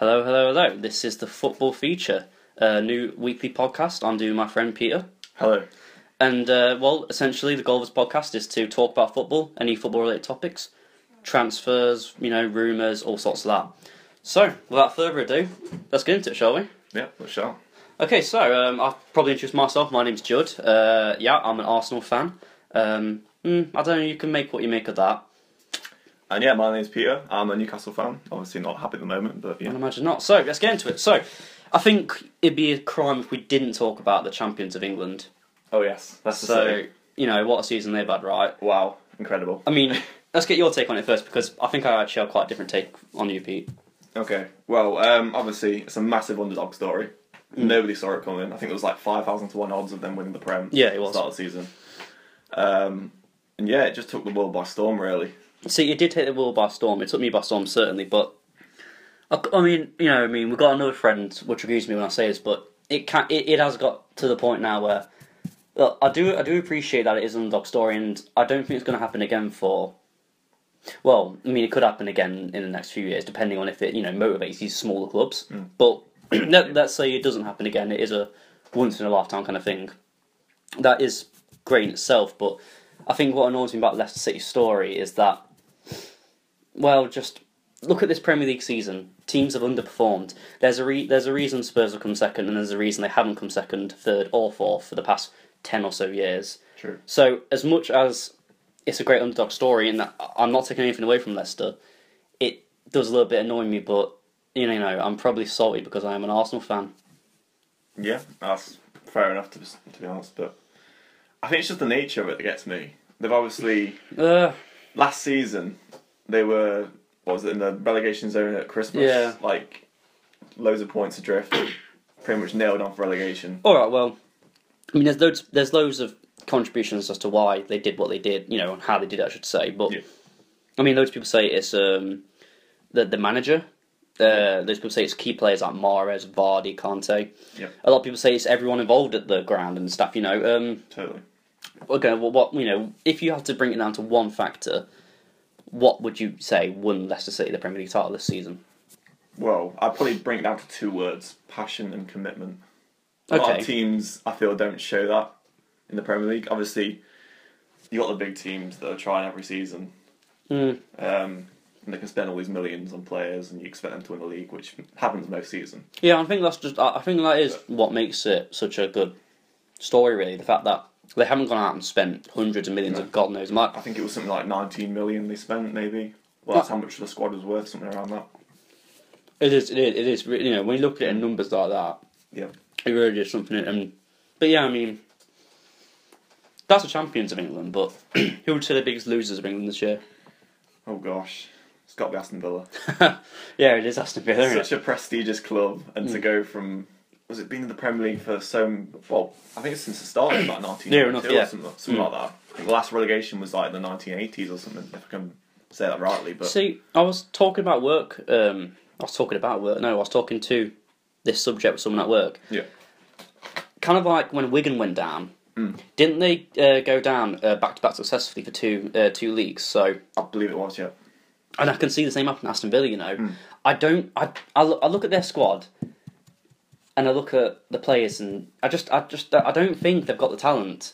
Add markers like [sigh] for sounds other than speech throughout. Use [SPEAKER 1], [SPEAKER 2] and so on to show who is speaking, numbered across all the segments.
[SPEAKER 1] Hello, hello, hello. This is the Football Feature, a new weekly podcast. I'm doing my friend Peter.
[SPEAKER 2] Hello.
[SPEAKER 1] And, uh, well, essentially, the goal of this podcast is to talk about football, any football related topics, transfers, you know, rumours, all sorts of that. So, without further ado, let's get into it, shall we?
[SPEAKER 2] Yeah, Michelle.
[SPEAKER 1] Okay, so um, I'll probably introduce myself. My name's Judd. Uh, yeah, I'm an Arsenal fan. Um, mm, I don't know, you can make what you make of that.
[SPEAKER 2] And yeah, my name's Peter. I'm a Newcastle fan. Obviously not happy at the moment, but
[SPEAKER 1] I'd
[SPEAKER 2] yeah.
[SPEAKER 1] imagine not. So, let's get into it. So, I think it'd be a crime if we didn't talk about the champions of England.
[SPEAKER 2] Oh yes, that's the
[SPEAKER 1] So, you know, what a season they've had, right?
[SPEAKER 2] Wow, incredible.
[SPEAKER 1] I mean, let's get your take on it first because I think I actually have quite a different take on you, Pete.
[SPEAKER 2] Okay, well, um, obviously it's a massive underdog story. Nobody saw it coming. I think it was like five thousand to one odds of them winning the Prem.
[SPEAKER 1] Yeah, it
[SPEAKER 2] at
[SPEAKER 1] was.
[SPEAKER 2] the start of the season. Um, and yeah, it just took the world by storm, really.
[SPEAKER 1] See, it did take the world by storm. It took me by storm, certainly, but I, I mean, you know, I mean, we've got another friend, which agrees with me when I say this, but it can it, it has got to the point now where look, I do I do appreciate that it is an underdog story, and I don't think it's going to happen again for. Well, I mean, it could happen again in the next few years, depending on if it you know motivates these smaller clubs. But [clears throat] let, let's say it doesn't happen again. It is a once in a lifetime kind of thing. That is great in itself, but I think what annoys me about Leicester City's story is that well, just look at this Premier League season. Teams have underperformed. There's a re- there's a reason Spurs have come second, and there's a reason they haven't come second, third, or fourth for the past ten or so years.
[SPEAKER 2] True.
[SPEAKER 1] So as much as it's a great underdog story, and that- I'm not taking anything away from Leicester, it does a little bit annoy me. But you know, I'm probably salty because I am an Arsenal fan.
[SPEAKER 2] Yeah, that's fair enough to, to be honest. But I think it's just the nature of it that gets me. They've obviously
[SPEAKER 1] Uh,
[SPEAKER 2] last season they were what was it in the relegation zone at Christmas?
[SPEAKER 1] Yeah.
[SPEAKER 2] Like loads of points adrift, pretty much nailed on for relegation.
[SPEAKER 1] All right. Well, I mean, there's loads. There's loads of contributions as to why they did what they did. You know, and how they did. it, I should say, but
[SPEAKER 2] Yeah.
[SPEAKER 1] I mean, loads of people say it's um, the the manager. Uh, those people say it's key players like Mares, Vardy, Conte.
[SPEAKER 2] Yep.
[SPEAKER 1] A lot of people say it's everyone involved at the ground and stuff. You know, um,
[SPEAKER 2] Totally.
[SPEAKER 1] okay. Well, what you know, if you had to bring it down to one factor, what would you say won Leicester City the Premier League title this season?
[SPEAKER 2] Well, I'd probably bring it down to two words: passion and commitment. A lot
[SPEAKER 1] Okay.
[SPEAKER 2] of teams I feel don't show that in the Premier League. Obviously, you got the big teams that are trying every season.
[SPEAKER 1] Mm.
[SPEAKER 2] Um, and they can spend all these millions on players, and you expect them to win the league, which happens most season.
[SPEAKER 1] Yeah, I think that's just. I I think that is what makes it such a good story. Really, the fact that they haven't gone out and spent hundreds of millions of God knows
[SPEAKER 2] I
[SPEAKER 1] what.
[SPEAKER 2] think it was something like 19 million they spent, maybe. Well, that's how much the squad was worth, something around that.
[SPEAKER 1] It is. It is. It is. re- You know, when you look at it in numbers like that,
[SPEAKER 2] Yeah.
[SPEAKER 1] it really is something. And but yeah, I mean, that's the champions of England. But [clears throat] who would say the biggest losers of England this year?
[SPEAKER 2] Oh gosh, it's got to be Aston Villa.
[SPEAKER 1] yeah, it is Aston Villa. isn't it?
[SPEAKER 2] Such a prestigious club, and
[SPEAKER 1] Mm.
[SPEAKER 2] to go from was it been in the Premier League for so m- well? I think it's since the start
[SPEAKER 1] [clears throat]
[SPEAKER 2] of about nineteen
[SPEAKER 1] Near enough,
[SPEAKER 2] ninety two
[SPEAKER 1] yeah. Mm.
[SPEAKER 2] or something, something like that. I think the last relegation was like the nineteen eighties or something, if I can say that rightly. But
[SPEAKER 1] See, I was talking about work. Um, I was talking about work. No, I was talking to this subject with someone at work,
[SPEAKER 2] yeah,
[SPEAKER 1] kind of like when Wigan went down,
[SPEAKER 2] Hmm.
[SPEAKER 1] didn't they uh, go down uh, back to back successfully for two uh, two leagues? So,
[SPEAKER 2] I believe it was. Yeah,
[SPEAKER 1] and I can see the same happening to Aston Villa. You
[SPEAKER 2] Hmm.
[SPEAKER 1] know, I don't. I I look, I look at their squad, and I look at the players, and I just I just I don't think they've got the talent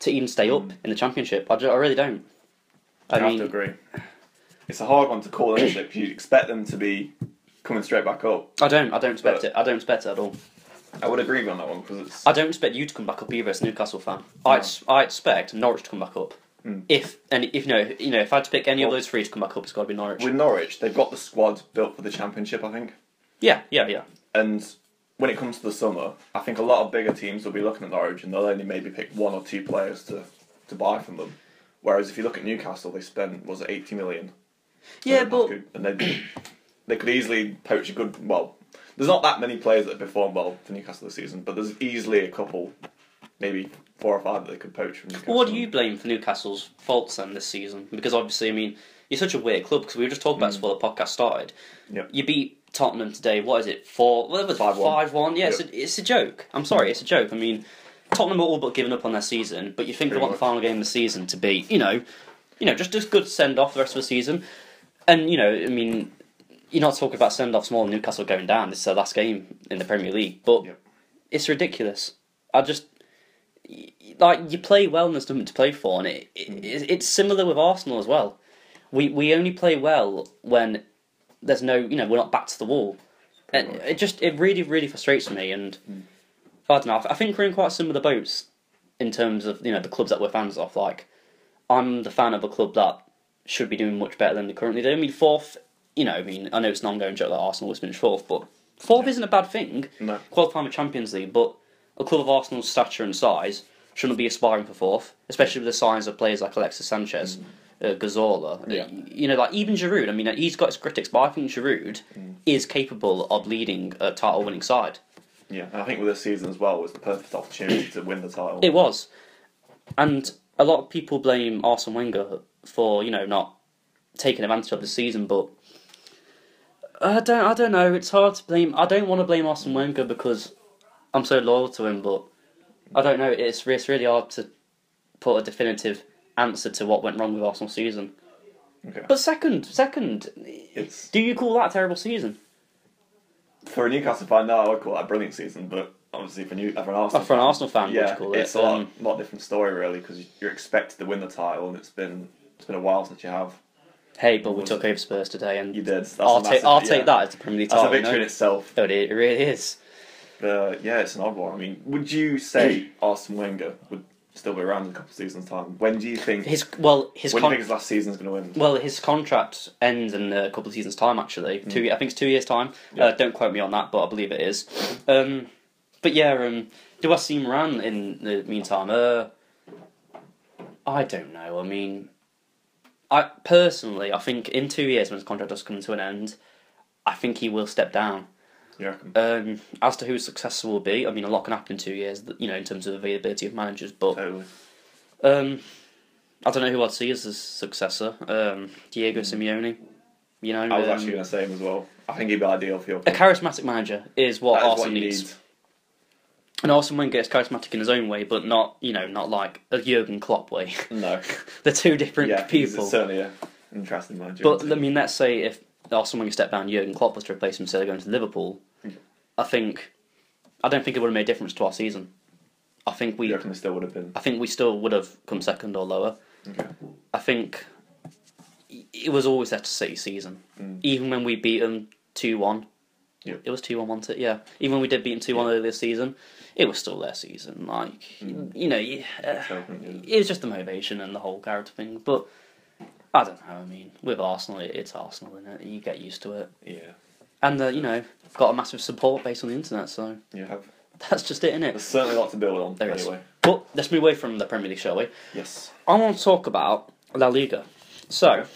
[SPEAKER 1] to even stay up in the championship. I, ju- I really don't. I,
[SPEAKER 2] I,
[SPEAKER 1] mean,
[SPEAKER 2] Hmm. have to agree. It's a hard one to call, isn't it? 'Cause you'd expect them to be coming straight back up.
[SPEAKER 1] I don't. I don't expect it.
[SPEAKER 2] But-
[SPEAKER 1] I don't expect it at all.
[SPEAKER 2] I would agree with you on that one because it's
[SPEAKER 1] I don't expect you to come back up either as a Newcastle fan. I, ex- I expect Norwich to come back up. If and if you know you know if I had to pick any of
[SPEAKER 2] Well-
[SPEAKER 1] those three to come back up, it's got to be Norwich.
[SPEAKER 2] with Norwich. They've got the squad built for the championship, I think.
[SPEAKER 1] Yeah, yeah, yeah.
[SPEAKER 2] And when it comes to the summer, I think a lot of bigger teams will be looking at Norwich and they'll only maybe pick one or two players to, to buy from them. Whereas if you look at Newcastle, they spent was it eighty million?
[SPEAKER 1] Yeah,
[SPEAKER 2] And
[SPEAKER 1] but
[SPEAKER 2] could- and they they could easily poach a good. Well, there's not that many players that have performed well for Newcastle this season, but there's easily a couple, maybe four or five that they could poach from Newcastle.
[SPEAKER 1] what do you blame for Newcastle's faults then this season? Because obviously, I mean, you're such a weird club because we were just talking about this before the podcast started.
[SPEAKER 2] Yep.
[SPEAKER 1] You beat Tottenham today. What is it? Four? Whatever. Five
[SPEAKER 2] 5-1.
[SPEAKER 1] one. Yeah, it's, a, it's a joke. I'm sorry, it's a joke. I mean, Tottenham are all but given up on their season, but you think they
[SPEAKER 2] Pretty
[SPEAKER 1] want the
[SPEAKER 2] much.
[SPEAKER 1] final game of the season to be, you know, you know, just just good send off the rest of the season, and you know, I mean, you're not talking about send offs more than Newcastle going down. This is their last game in the Premier League, but
[SPEAKER 2] Yep.
[SPEAKER 1] it's ridiculous. I just y- like you play well and there's nothing to play for, and it, it it's similar with Arsenal as well. We we only play well when there's no you know we're not back to the wall. And
[SPEAKER 2] much.
[SPEAKER 1] it just it really really frustrates me, and I don't know. I think we're in quite similar boats in terms of you know the clubs that we're fans of. Like I'm the fan of a club that should be doing much better than they're currently doing. I mean fourth, you know, I mean I know it's an ongoing joke that Arsenal was finished fourth, but fourth isn't a bad thing
[SPEAKER 2] No.
[SPEAKER 1] qualifying for Champions League, but a club of Arsenal's stature and size shouldn't be aspiring for fourth, especially with the signs of players like Alexis Sanchez, uh, Gazzola.
[SPEAKER 2] Mm. Yeah.
[SPEAKER 1] You know, like even Giroud. I mean, he's got his critics, but I think Giroud
[SPEAKER 2] Mm.
[SPEAKER 1] is capable of leading a title-winning side.
[SPEAKER 2] Yeah, and I think with this season as well was the perfect opportunity to win the title.
[SPEAKER 1] It was, and a lot of people blame Arsene Wenger for you know not taking advantage of the season, but I don't. I don't know. It's hard to blame. I don't want to blame Arsene Wenger because I'm so loyal to him, but I don't know. It's it's really hard to put a definitive answer to what went wrong with Arsenal season.
[SPEAKER 2] Okay.
[SPEAKER 1] But second, second,
[SPEAKER 2] It's
[SPEAKER 1] do you call that a terrible season?
[SPEAKER 2] for a Newcastle fan. No, I would call that a brilliant season, but obviously for new for an Arsenal,
[SPEAKER 1] Oh, for an Arsenal fan, would
[SPEAKER 2] yeah,
[SPEAKER 1] you call it?
[SPEAKER 2] it's a lot,
[SPEAKER 1] Um,
[SPEAKER 2] lot different story really because you're expected to win the title, and it's been it's been a while since you have.
[SPEAKER 1] hey, but we took over Spurs today, and
[SPEAKER 2] You did. That's
[SPEAKER 1] I'll
[SPEAKER 2] a
[SPEAKER 1] take
[SPEAKER 2] massive-
[SPEAKER 1] I'll
[SPEAKER 2] yeah.
[SPEAKER 1] take that as a Premier League
[SPEAKER 2] That's
[SPEAKER 1] title.
[SPEAKER 2] a victory
[SPEAKER 1] no?
[SPEAKER 2] in itself.
[SPEAKER 1] But it really is.
[SPEAKER 2] But uh, yeah, it's an odd one. I mean, would you say Arsene Wenger would still be around in a couple of seasons' time? When do you think?
[SPEAKER 1] His well, his
[SPEAKER 2] when do you think
[SPEAKER 1] con-
[SPEAKER 2] his last season's going to win?
[SPEAKER 1] well, his contract ends in a couple of seasons' time. Actually,
[SPEAKER 2] Hmm.
[SPEAKER 1] two I think it's two years' time. Uh, don't quote me on that, but I believe it is. Um, but yeah, um, do I see Moran in the meantime? Uh, I don't know. I mean, I personally, I think in two years when his contract does come to an end, I think he will step down.
[SPEAKER 2] You reckon?
[SPEAKER 1] Um, as to who his successor will be, I mean, a lot can happen in two years. You know, in terms of availability of managers, but.
[SPEAKER 2] Totally.
[SPEAKER 1] Um, I don't know who I'd see as his successor. Um, Diego Simeone. You know,
[SPEAKER 2] Hmm. I was
[SPEAKER 1] um,
[SPEAKER 2] actually going to say him as well. I think he'd be ideal for your.
[SPEAKER 1] a charismatic manager is what
[SPEAKER 2] That is
[SPEAKER 1] Arsenal
[SPEAKER 2] what you
[SPEAKER 1] needs.
[SPEAKER 2] need.
[SPEAKER 1] And Arsene Wenger is charismatic in his own way, but not you know not like a Jurgen Klopp way. [laughs]
[SPEAKER 2] No.
[SPEAKER 1] They're two different
[SPEAKER 2] yeah, he's
[SPEAKER 1] people.
[SPEAKER 2] certainly a interesting manager.
[SPEAKER 1] But I mean, let's say if Arsenal Wenger stepped down, Jurgen Klopp was to replace him, so they're going to Liverpool.
[SPEAKER 2] Hmm.
[SPEAKER 1] I think I don't think it would have made a difference to our season. I think we
[SPEAKER 2] you reckon they still would have been.
[SPEAKER 1] I think we still would have come second or lower.
[SPEAKER 2] Okay.
[SPEAKER 1] I think it was always that City season. Even when we beat them 2 1.
[SPEAKER 2] Yep.
[SPEAKER 1] It was 2 1, wasn't it? Yeah. Even when we did beat them 2 1 earlier this season, it was still their season. Like, you know, you- uh,
[SPEAKER 2] So, yeah.
[SPEAKER 1] it was just the motivation and the whole character thing. But I don't know. I mean, with Arsenal, it- it's Arsenal, innit? You get used to it.
[SPEAKER 2] yeah.
[SPEAKER 1] And, uh, you know, got a massive support base on the internet, so [laughs]
[SPEAKER 2] You have.
[SPEAKER 1] that's just it,
[SPEAKER 2] There's
[SPEAKER 1] innit?
[SPEAKER 2] certainly a lot to build on.
[SPEAKER 1] There it is.
[SPEAKER 2] anyway.
[SPEAKER 1] But let's move away from the Premier League, shall we?
[SPEAKER 2] Yes.
[SPEAKER 1] I want to talk about La Liga. So,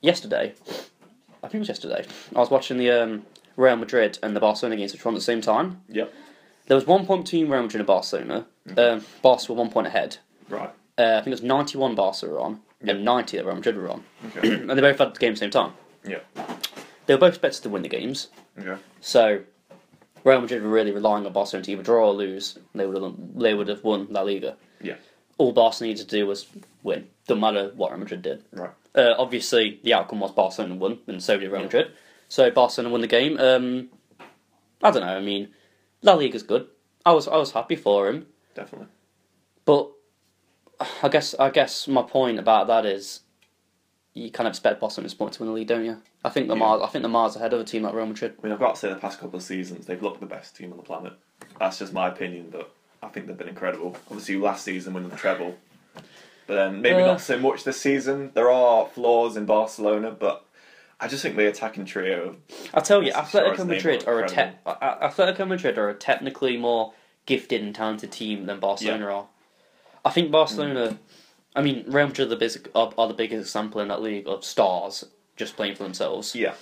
[SPEAKER 1] yesterday, I think it was yesterday, I was watching the um, Real Madrid and the Barcelona games, which were on at the same time.
[SPEAKER 2] Yep.
[SPEAKER 1] There was one point between Real Madrid and Barcelona. Um, Barca were one point ahead.
[SPEAKER 2] Right.
[SPEAKER 1] Uh, I think it was 91 Barca were on, and 90 that Real Madrid were on.
[SPEAKER 2] [coughs] Okay.
[SPEAKER 1] And they both had the game at the same time.
[SPEAKER 2] yeah.
[SPEAKER 1] They were both expected to win the games.
[SPEAKER 2] Okay.
[SPEAKER 1] So, Real Madrid were really relying on Barcelona to either draw or lose. They would have, they would have won La Liga.
[SPEAKER 2] Yeah.
[SPEAKER 1] All Barca needed to do was win. Doesn't matter what Real Madrid did.
[SPEAKER 2] Right.
[SPEAKER 1] uh, obviously the outcome was Barcelona won and so did Real
[SPEAKER 2] Yeah.
[SPEAKER 1] Madrid. So Barcelona won the game. Um, I don't know. I mean, La Liga's good. I was I was happy for him,
[SPEAKER 2] Definitely.
[SPEAKER 1] but I guess I guess my point about that is you kind of expect Barcelona to to win the league, don't you? I think the
[SPEAKER 2] Yeah.
[SPEAKER 1] Mars I think the Mars ahead of a team like Real Madrid.
[SPEAKER 2] I mean, I've got to say, the past couple of seasons, they've looked the best team on the planet. That's just my opinion, but I think they've been incredible. Obviously, last season winning the treble, but then maybe
[SPEAKER 1] Uh.
[SPEAKER 2] not so much this season. There are flaws in Barcelona, but I just think the attacking trio.
[SPEAKER 1] I tell you,
[SPEAKER 2] That's the surprise
[SPEAKER 1] Atletico
[SPEAKER 2] name
[SPEAKER 1] Madrid
[SPEAKER 2] of it,
[SPEAKER 1] are a te-
[SPEAKER 2] incredible.
[SPEAKER 1] A- A- Atletico Madrid are a technically more gifted and talented team than Barcelona are. I think Barcelona, I mean Real Madrid are the, basic, are, are the biggest example in that league of stars just playing for themselves.
[SPEAKER 2] Yeah,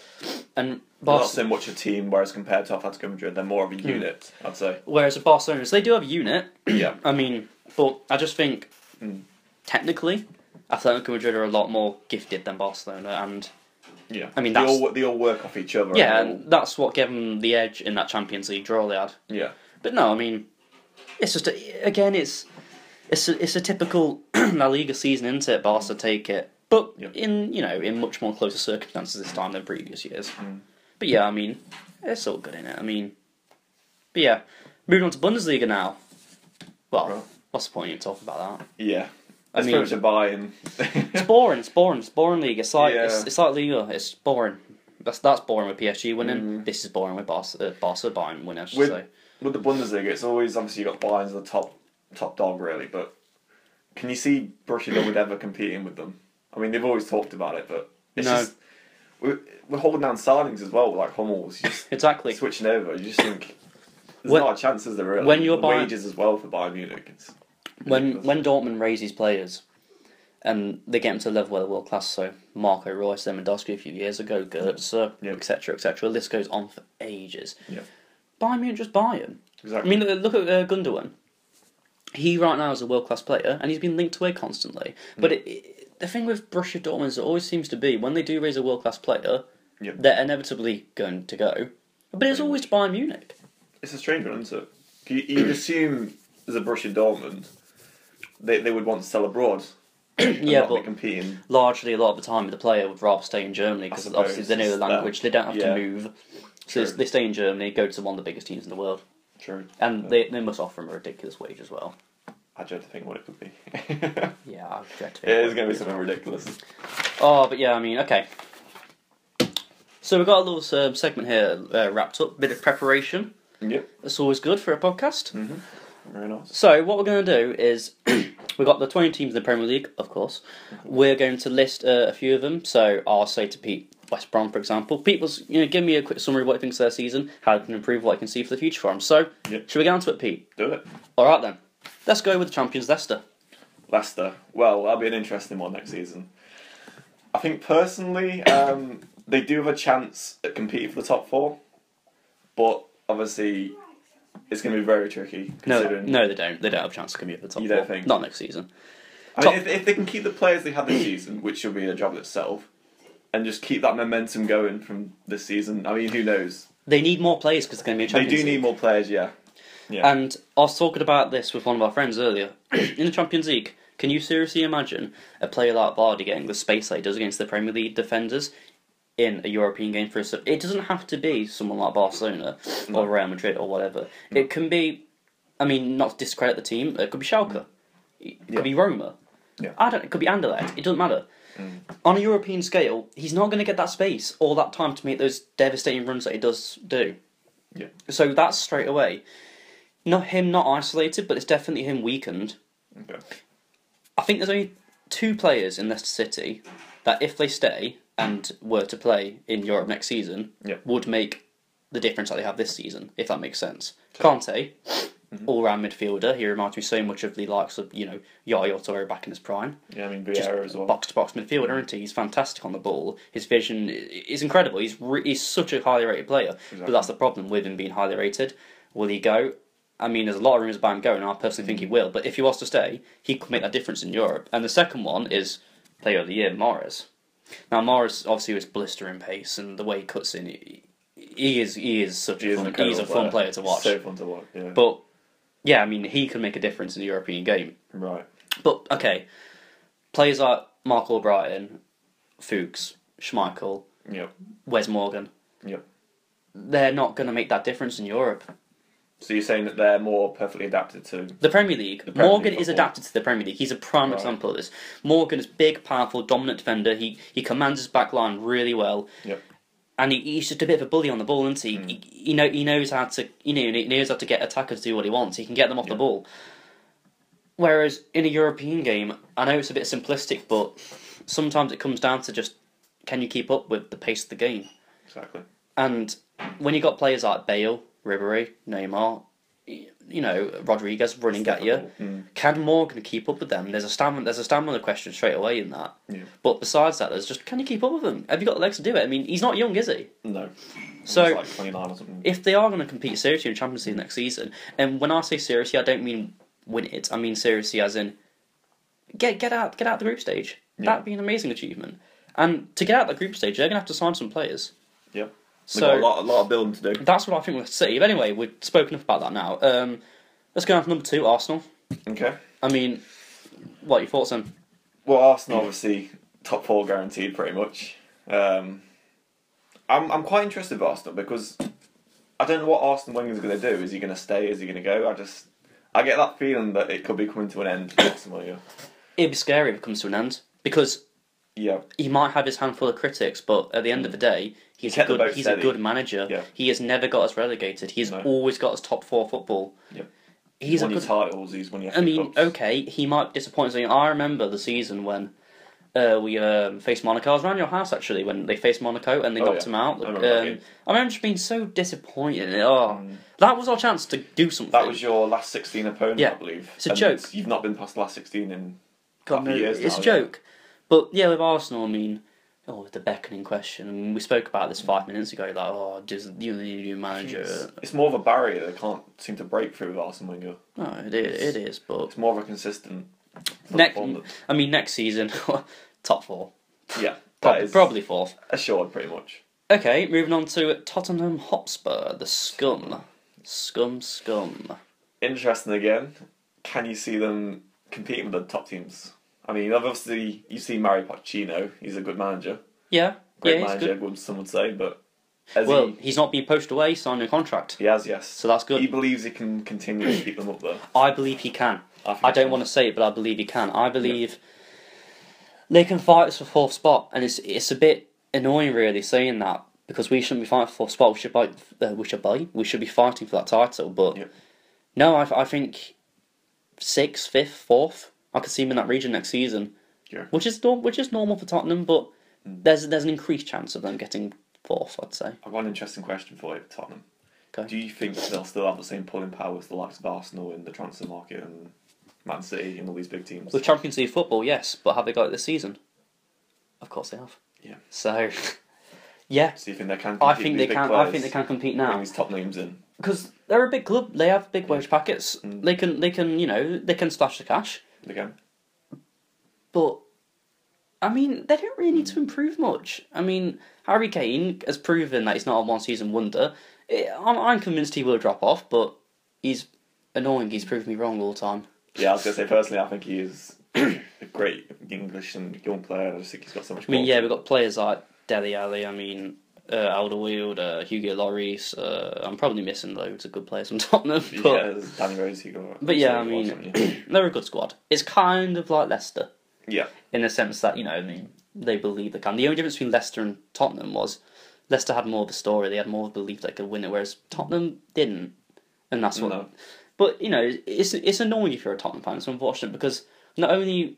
[SPEAKER 1] And
[SPEAKER 2] they're not
[SPEAKER 1] Barcelona,
[SPEAKER 2] so much a team, whereas compared to Atletico Madrid, they're more of a
[SPEAKER 1] Hmm.
[SPEAKER 2] unit, I'd say.
[SPEAKER 1] whereas with Barcelona, so they do have a unit.
[SPEAKER 2] Yeah.
[SPEAKER 1] I mean, but I just think
[SPEAKER 2] Mm.
[SPEAKER 1] technically, Atletico Madrid are a lot more gifted than Barcelona, and
[SPEAKER 2] Yeah.
[SPEAKER 1] I mean,
[SPEAKER 2] they
[SPEAKER 1] that's-
[SPEAKER 2] all, they all work off each other. and
[SPEAKER 1] yeah,
[SPEAKER 2] they all-
[SPEAKER 1] and that's what gave them the edge in that Champions League draw they had.
[SPEAKER 2] yeah.
[SPEAKER 1] But no, I mean, it's just [clears throat] a, again, it's it's a, it's a typical La Liga season, isn't it? Barca take it, but
[SPEAKER 2] Yeah.
[SPEAKER 1] in you know in much more closer circumstances this time than previous years.
[SPEAKER 2] Hmm.
[SPEAKER 1] But yeah, I mean, it's all good in it. I mean, but yeah, moving on to Bundesliga now. Well,
[SPEAKER 2] Right.
[SPEAKER 1] what's the point in talking about that?
[SPEAKER 2] Yeah.
[SPEAKER 1] I
[SPEAKER 2] That's
[SPEAKER 1] mean-
[SPEAKER 2] pretty much a buy in.
[SPEAKER 1] [laughs] It's boring. It's boring. It's boring league. It's like it's,
[SPEAKER 2] Yeah.
[SPEAKER 1] it's like Liga. It's boring. That's that's boring with PSG winning. This is boring with Barca, uh, Barca Bayern winning. I should
[SPEAKER 2] Hmm. With-
[SPEAKER 1] say.
[SPEAKER 2] With the Bundesliga, it's always obviously you got Bayern's the top top dog really, but can you see Borussia Dortmund ever competing with them? I mean, they've always talked about it, but it's
[SPEAKER 1] No.
[SPEAKER 2] just we're, we're holding down signings as well, like Hummels, you just
[SPEAKER 1] Exactly.
[SPEAKER 2] switching over. You just think there's
[SPEAKER 1] When-
[SPEAKER 2] not a chance, is there? Really?
[SPEAKER 1] when you're
[SPEAKER 2] The
[SPEAKER 1] Bayern-
[SPEAKER 2] wages as well for Bayern Munich. It's,
[SPEAKER 1] when when Dortmund raise these players, and they get them to a level where they're world class. So Marco Royce, Lewandowski a few years ago, Goetze,
[SPEAKER 2] Yeah.
[SPEAKER 1] etc., etc. The list goes on for ages.
[SPEAKER 2] yeah,
[SPEAKER 1] Bayern Munich just buy him. I
[SPEAKER 2] exactly.
[SPEAKER 1] mean, look look at uh, Gundogan. He right now is a world class player, and he's been linked away constantly.
[SPEAKER 2] Mm.
[SPEAKER 1] But it, it, the thing with Borussia Dortmund is, it always seems to be when they do raise a world class player,
[SPEAKER 2] Yep.
[SPEAKER 1] they're inevitably going to go. But it's always Bayern Munich.
[SPEAKER 2] It's a strange one, isn't it? You, you'd assume as a Borussia Dortmund, they they would want to sell abroad. and
[SPEAKER 1] [clears throat] Yeah,
[SPEAKER 2] not be
[SPEAKER 1] but-
[SPEAKER 2] competing.
[SPEAKER 1] largely a lot of the time the player would rather stay in Germany because
[SPEAKER 2] suppose
[SPEAKER 1] obviously they know the
[SPEAKER 2] it's that-
[SPEAKER 1] language, they don't have
[SPEAKER 2] yeah.
[SPEAKER 1] to move. So
[SPEAKER 2] True.
[SPEAKER 1] they stay in Germany, go to one of the biggest teams in the world,
[SPEAKER 2] True.
[SPEAKER 1] and they, they must offer him a ridiculous wage as well.
[SPEAKER 2] I dread to think what it could be. [laughs] it
[SPEAKER 1] Yeah, I object to
[SPEAKER 2] is going to be something ridiculous.
[SPEAKER 1] Oh, but yeah, I mean, okay. So we've got a little um, segment here uh, wrapped up, bit of preparation.
[SPEAKER 2] Yep.
[SPEAKER 1] That's always good for a podcast.
[SPEAKER 2] Very nice.
[SPEAKER 1] So what we're going to do is [clears throat] we've got the 20 teams in the Premier League, of course. We're going to list uh, a few of them. So I'll say to Pete West Brom, for example, Pete was you know give me a quick summary of what he thinks of their season, how they can improve, what I can see for the future for them. So
[SPEAKER 2] Yep.
[SPEAKER 1] should we get on to it, Pete?
[SPEAKER 2] Do it.
[SPEAKER 1] All right then, let's go with the champions Leicester.
[SPEAKER 2] Leicester. Well, that'll be an interesting one next season. I think personally, um, they do have a chance at competing for the top four, but obviously, it's going to be very tricky.
[SPEAKER 1] No,
[SPEAKER 2] Considering,
[SPEAKER 1] no, they don't. They don't have a chance to come up the top.
[SPEAKER 2] You don't
[SPEAKER 1] four.
[SPEAKER 2] think?
[SPEAKER 1] Not next season.
[SPEAKER 2] I mean, if, if they can keep the players they had this season, [clears throat] which will be a job itself, and just keep that momentum going from this season. I mean, who knows?
[SPEAKER 1] They need more players because they're going to be a
[SPEAKER 2] They
[SPEAKER 1] champions. League.
[SPEAKER 2] do
[SPEAKER 1] Um,
[SPEAKER 2] need more players. Yeah. Yeah.
[SPEAKER 1] And I was talking about this with one of our friends earlier. [clears throat] In the Champions League, can you seriously imagine a player like Vardy getting the space that he does against the Premier League defenders in a European game for a sub? It doesn't have to be someone like Barcelona or Real Madrid or whatever. It can be, I mean, not to discredit the team, it could be Schalke, it could
[SPEAKER 2] Yeah.
[SPEAKER 1] be Roma.
[SPEAKER 2] Yeah. Mm.
[SPEAKER 1] I don't. It could be Anderlecht. It doesn't matter. On a European scale, he's not going to get that space or that time to make those devastating runs that he does do.
[SPEAKER 2] Yeah.
[SPEAKER 1] So that's straight away. Not him, not isolated, but it's definitely him weakened.
[SPEAKER 2] Okay.
[SPEAKER 1] I think there's only two players in Leicester City that, if they stay and were to play in Europe next season,
[SPEAKER 2] Yeah.
[SPEAKER 1] would make the difference that they have this season, if that makes sense. Conte, all-round midfielder, he reminds me so much of the likes of you know Yaya Toure back in his prime
[SPEAKER 2] Yeah, I mean
[SPEAKER 1] just
[SPEAKER 2] Vieira as well.
[SPEAKER 1] box to box midfielder, isn't he? He's fantastic on the ball. His vision i- is incredible. He's re- he's such a highly rated player, but
[SPEAKER 2] Exactly.
[SPEAKER 1] that's the problem with him being highly rated. Will he go? I mean, there's a lot of rumours about him going. and I personally
[SPEAKER 2] Mm.
[SPEAKER 1] think he will. But if he was to stay, he could make that difference in Europe. And the second one is Player of the Year, Morris. Now, Morris obviously with blistering pace and the way he cuts in. He, he is he is such
[SPEAKER 2] He
[SPEAKER 1] a
[SPEAKER 2] is an
[SPEAKER 1] fun, he's a
[SPEAKER 2] incredible
[SPEAKER 1] fun player to watch.
[SPEAKER 2] So fun to watch. Yeah.
[SPEAKER 1] But yeah, I mean, he can make a difference in the European game.
[SPEAKER 2] right.
[SPEAKER 1] But okay, players like Mark Albrighton, Fuchs, Schmeichel,
[SPEAKER 2] Yep.
[SPEAKER 1] Wes Morgan,
[SPEAKER 2] Yep.
[SPEAKER 1] they're not going to make that difference in Europe.
[SPEAKER 2] So you're saying that they're more perfectly adapted to
[SPEAKER 1] The Premier League,
[SPEAKER 2] Premier
[SPEAKER 1] Morgan
[SPEAKER 2] League
[SPEAKER 1] is
[SPEAKER 2] football.
[SPEAKER 1] adapted to the Premier League. He's a prime
[SPEAKER 2] Right.
[SPEAKER 1] example of this. Morgan is big, powerful, dominant defender. He he commands his back line really well,
[SPEAKER 2] Yep. Hmm.
[SPEAKER 1] and he, he's just a bit of a bully on the ball, isn't he? He, he, know, he knows how to you know he knows how to get attackers to do what he wants. He can get them off the
[SPEAKER 2] Yeah.
[SPEAKER 1] ball. Whereas in a European game, I know it's a bit simplistic, but sometimes it comes down to just can you keep up with the pace of the game?
[SPEAKER 2] Exactly.
[SPEAKER 1] And when you got players like Bale, Ribery, Neymar, y- you know Rodriguez running at you,
[SPEAKER 2] Mm,
[SPEAKER 1] can Morgan keep up with them? There's a stamina. There's a stamina question straight away in that.
[SPEAKER 2] Yeah.
[SPEAKER 1] But besides that, there's just can you keep up with them? Have you got the legs to do it? I mean, he's not young, is he?
[SPEAKER 2] No.
[SPEAKER 1] So-
[SPEAKER 2] It's like 29 or something.
[SPEAKER 1] if they are going to compete seriously in Champions League next season, and when I say seriously, I don't mean win it. I mean seriously, as in get get out get out the group stage.
[SPEAKER 2] Yeah.
[SPEAKER 1] That'd be an amazing achievement. And to get out the group stage, they're going to have to sign some players.
[SPEAKER 2] Yep. They've
[SPEAKER 1] So
[SPEAKER 2] got a lot, a lot of building to do.
[SPEAKER 1] that's what I think we'll see. But anyway, we've spoken enough about that now. Um, let's go on to number two, Arsenal.
[SPEAKER 2] Okay.
[SPEAKER 1] I mean, what are your thoughts on?
[SPEAKER 2] Well, Arsenal obviously top four guaranteed pretty much. Um, I'm I'm quite interested with Arsenal because I don't know what Arsene Wenger's going to do. Is he going to stay? Is he going to go? I just I get that feeling that it could be coming to an end next summer. yeah.
[SPEAKER 1] It'd be scary if it comes to an end because
[SPEAKER 2] Yeah,
[SPEAKER 1] he might have his handful of critics, but at the end of the day, he's a
[SPEAKER 2] kept the
[SPEAKER 1] good
[SPEAKER 2] boat
[SPEAKER 1] he's a
[SPEAKER 2] steady.
[SPEAKER 1] good manager.
[SPEAKER 2] Yeah.
[SPEAKER 1] He has never got us relegated. He's
[SPEAKER 2] No.
[SPEAKER 1] always got us top four football.
[SPEAKER 2] Yep.
[SPEAKER 1] He's a
[SPEAKER 2] won your
[SPEAKER 1] good
[SPEAKER 2] titles. He's won your.
[SPEAKER 1] I mean, okay, he might be disappointing. I remember the season when uh, we um, faced Monaco. I was around your house actually when they faced Monaco and they
[SPEAKER 2] Oh,
[SPEAKER 1] knocked
[SPEAKER 2] yeah.
[SPEAKER 1] him out. um,
[SPEAKER 2] I remember that game. Mm.
[SPEAKER 1] I remember just being so disappointed. Oh, that was our chance to do something.
[SPEAKER 2] That was your last 16 opponent,
[SPEAKER 1] Yeah.
[SPEAKER 2] I believe.
[SPEAKER 1] It's a joke.
[SPEAKER 2] You've not been past the last 16 in.
[SPEAKER 1] God,
[SPEAKER 2] couple
[SPEAKER 1] no,
[SPEAKER 2] of years
[SPEAKER 1] it's
[SPEAKER 2] now,
[SPEAKER 1] a joke. But yeah, with Arsenal, I mean, oh, the beckoning question. I mean, we spoke about this five minutes ago. Like, oh, does you need a new
[SPEAKER 2] It's,
[SPEAKER 1] manager?
[SPEAKER 2] it's more of a barrier they can't seem to break through with Arsene Wenger.
[SPEAKER 1] No, it is, it is. But
[SPEAKER 2] It's more of a consistent.
[SPEAKER 1] next,
[SPEAKER 2] platform
[SPEAKER 1] I mean, next season, [laughs] top four,
[SPEAKER 2] that- yeah, that
[SPEAKER 1] probably,
[SPEAKER 2] is
[SPEAKER 1] probably fourth.
[SPEAKER 2] assured pretty much.
[SPEAKER 1] Okay, moving on to Tottenham Hotspur, the scum. Scum, scum.
[SPEAKER 2] Interesting again. Can you see them competing with the top teams? I mean, obviously you see Mario Pochettino. He's a good manager,
[SPEAKER 1] Yeah,
[SPEAKER 2] great
[SPEAKER 1] yeah, he's
[SPEAKER 2] manager.
[SPEAKER 1] good.
[SPEAKER 2] Good. Some would say, but as
[SPEAKER 1] Well,
[SPEAKER 2] he,
[SPEAKER 1] he's not being poached away, signed a contract.
[SPEAKER 2] he has, yes.
[SPEAKER 1] So that's good.
[SPEAKER 2] He believes he can continue to keep them up there.
[SPEAKER 1] I believe he can.
[SPEAKER 2] I think
[SPEAKER 1] I
[SPEAKER 2] he
[SPEAKER 1] don't
[SPEAKER 2] can.
[SPEAKER 1] want to say it, but I believe he can. I believe they can fight us for fourth spot, and it's it's a bit annoying, really, saying that because we shouldn't be fighting for fourth spot. We should buy, uh, we should buy, we should be fighting for that title. But
[SPEAKER 2] Yeah.
[SPEAKER 1] no, I, I think sixth, fifth, fourth. I could see him in that region next season,
[SPEAKER 2] Yeah. Mm.
[SPEAKER 1] which is nor- which is normal for Tottenham, but there's there's an increased chance of them getting fourth. I'd say.
[SPEAKER 2] I've got an interesting question for you, Tottenham.
[SPEAKER 1] Okay.
[SPEAKER 2] Do you think they'll still have the same pulling power as the likes of Arsenal in the transfer market and Man City and all these big teams?
[SPEAKER 1] With Champions League football, yes, but have they got it this season? Of course they have.
[SPEAKER 2] Yeah.
[SPEAKER 1] So, [laughs] yeah,
[SPEAKER 2] So you think they can?
[SPEAKER 1] I
[SPEAKER 2] compete
[SPEAKER 1] think
[SPEAKER 2] with
[SPEAKER 1] they
[SPEAKER 2] big
[SPEAKER 1] can.
[SPEAKER 2] Players,
[SPEAKER 1] I think they can compete
[SPEAKER 2] bring
[SPEAKER 1] now
[SPEAKER 2] These top names in.
[SPEAKER 1] because they're a big club. They have big wage packets.
[SPEAKER 2] Mm.
[SPEAKER 1] They can. They can. You know, they can splash the cash.
[SPEAKER 2] They can.
[SPEAKER 1] But I mean, they don't really need to improve much. I mean, Harry Kane has proven that he's not a one-season wonder. It, I'm, I'm convinced he will drop off, but he's annoying. He's proved me wrong all the time.
[SPEAKER 2] Yeah, I was gonna say personally, I think he is [clears throat] a great English and young player. I just think he's got so much.
[SPEAKER 1] I mean,
[SPEAKER 2] quality.
[SPEAKER 1] yeah, we've got players like Deli Ali, I mean, uh, Alderweireld, uh, Hugo Lloris. Uh, I'm probably missing loads of good players from [laughs] Tottenham,
[SPEAKER 2] Yeah,
[SPEAKER 1] but
[SPEAKER 2] there's Danny Rose, he got.
[SPEAKER 1] But yeah, I
[SPEAKER 2] he
[SPEAKER 1] mean-
[SPEAKER 2] got something,
[SPEAKER 1] they're a good squad. It's kind of like Leicester
[SPEAKER 2] yeah, [clears throat]
[SPEAKER 1] in the sense that, you know, I mean, they believe they can. The only difference between Leicester and Tottenham was Leicester had more of a story, they had more of a belief they could win it, whereas Tottenham didn't. And that's what.
[SPEAKER 2] No.
[SPEAKER 1] But, you know, it's, it's annoying if you're a Tottenham fan. It's unfortunate because not only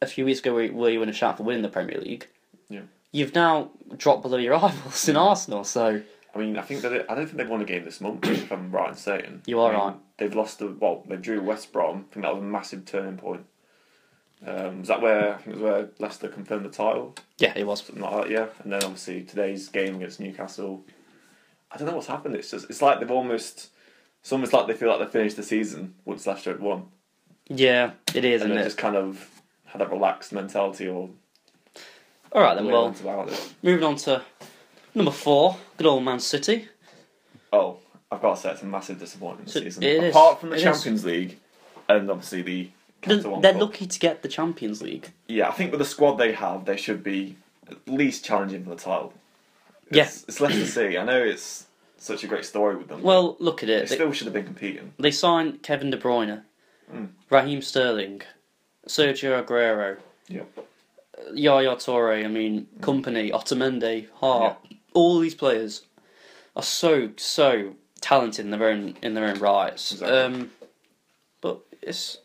[SPEAKER 1] a few weeks ago were were you in a shout for winning the Premier League,
[SPEAKER 2] yeah.
[SPEAKER 1] you've now dropped below your [laughs] rivals in Arsenal. So
[SPEAKER 2] I mean, I think that it, I don't think they've won a game this month. [coughs] if I'm right in saying
[SPEAKER 1] You are
[SPEAKER 2] I mean,
[SPEAKER 1] right.
[SPEAKER 2] They've lost the well. They drew West Brom. I think that was a massive turning point. Um, was that where I think it was where Leicester confirmed the title?
[SPEAKER 1] yeah, it was.
[SPEAKER 2] Something like that, yeah. And then obviously today's game against Newcastle. I don't know what's happened. It's just it's like they've almost. It's almost like they feel like they finished the season once Leicester had won,
[SPEAKER 1] Yeah, it is,
[SPEAKER 2] and
[SPEAKER 1] isn't
[SPEAKER 2] they
[SPEAKER 1] it?
[SPEAKER 2] just kind of had a relaxed mentality or
[SPEAKER 1] All right then.
[SPEAKER 2] way
[SPEAKER 1] Well,
[SPEAKER 2] went about it.
[SPEAKER 1] moving on to number four, good old Man City.
[SPEAKER 2] Oh, I've got to say it's a massive disappointment this
[SPEAKER 1] So
[SPEAKER 2] season.
[SPEAKER 1] it is.
[SPEAKER 2] Apart from the
[SPEAKER 1] It is.
[SPEAKER 2] Champions League, and obviously the.
[SPEAKER 1] They're,
[SPEAKER 2] Catalan
[SPEAKER 1] they're
[SPEAKER 2] Cup.
[SPEAKER 1] lucky to get the Champions League.
[SPEAKER 2] yeah, I think with the squad they have, they should be at least challenging for the title. It's,
[SPEAKER 1] Yeah.
[SPEAKER 2] it's Leicester City. I know it's such a great story with them. but
[SPEAKER 1] Well, look at
[SPEAKER 2] they
[SPEAKER 1] it. They,
[SPEAKER 2] still should have been competing.
[SPEAKER 1] they signed Kevin De Bruyne,
[SPEAKER 2] Hmm.
[SPEAKER 1] Raheem Sterling, Sergio Aguero,
[SPEAKER 2] Yeah,
[SPEAKER 1] Yaya Toure. I mean,
[SPEAKER 2] Hmm.
[SPEAKER 1] Company, Otamendi, Hart. All these players are so so talented in their own in their own rights.
[SPEAKER 2] Exactly.
[SPEAKER 1] Um, but it's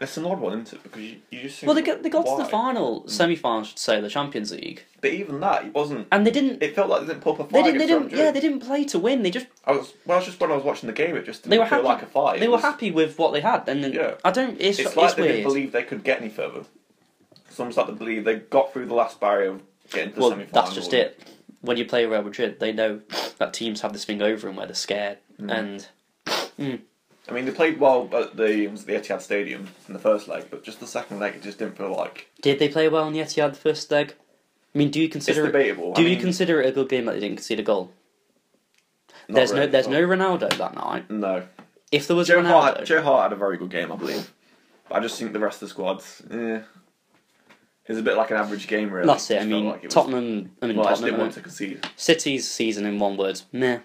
[SPEAKER 2] it's an odd one, isn't it? Because you, you just think,
[SPEAKER 1] Well, they got they got to
[SPEAKER 2] why? Hmm.
[SPEAKER 1] the final, semi-final, I should say, the Champions League,
[SPEAKER 2] But even that, it wasn't.
[SPEAKER 1] and they didn't.
[SPEAKER 2] It felt like they didn't pull up a fight.
[SPEAKER 1] they didn't. They
[SPEAKER 2] against Real
[SPEAKER 1] didn't. Yeah,
[SPEAKER 2] Madrid.
[SPEAKER 1] they didn't play to win. They just
[SPEAKER 2] I was well, it's just when I was watching the game, it just didn't
[SPEAKER 1] they were
[SPEAKER 2] feel
[SPEAKER 1] happy.
[SPEAKER 2] like a fight.
[SPEAKER 1] They
[SPEAKER 2] It
[SPEAKER 1] were
[SPEAKER 2] was-
[SPEAKER 1] happy with what they had, and then
[SPEAKER 2] Yeah.
[SPEAKER 1] I don't. It's
[SPEAKER 2] It's
[SPEAKER 1] it's,
[SPEAKER 2] like they
[SPEAKER 1] weird.
[SPEAKER 2] didn't believe they could get any further. It's almost like they believe they got through the last barrier of getting to the
[SPEAKER 1] well,
[SPEAKER 2] semi-final.
[SPEAKER 1] that's just it. When you play Real Madrid, they know that teams have this thing over them where they're scared,
[SPEAKER 2] Mm.
[SPEAKER 1] and
[SPEAKER 2] I mean, they played well at the it was the Etihad Stadium in the first leg, but just the second leg, it just didn't feel like
[SPEAKER 1] did they play well in the Etihad the first leg? I mean, do you
[SPEAKER 2] it's
[SPEAKER 1] consider it,
[SPEAKER 2] debatable.
[SPEAKER 1] do
[SPEAKER 2] I
[SPEAKER 1] you
[SPEAKER 2] mean,
[SPEAKER 1] consider it a good game that they didn't concede a goal?
[SPEAKER 2] not
[SPEAKER 1] there's
[SPEAKER 2] really,
[SPEAKER 1] no there's
[SPEAKER 2] but-
[SPEAKER 1] no Ronaldo that night.
[SPEAKER 2] no.
[SPEAKER 1] If there was
[SPEAKER 2] Joe
[SPEAKER 1] Ronaldo,
[SPEAKER 2] Hart, Joe Hart had a very good game, I believe. But I just think the rest of the squads, eh. It's a bit like an average game, really.
[SPEAKER 1] That's it. I
[SPEAKER 2] felt
[SPEAKER 1] mean,
[SPEAKER 2] like it was-
[SPEAKER 1] Tottenham. I mean,
[SPEAKER 2] Well, I just
[SPEAKER 1] Tottenham.
[SPEAKER 2] didn't want
[SPEAKER 1] uh,
[SPEAKER 2] to concede.
[SPEAKER 1] City's season in one word, meh.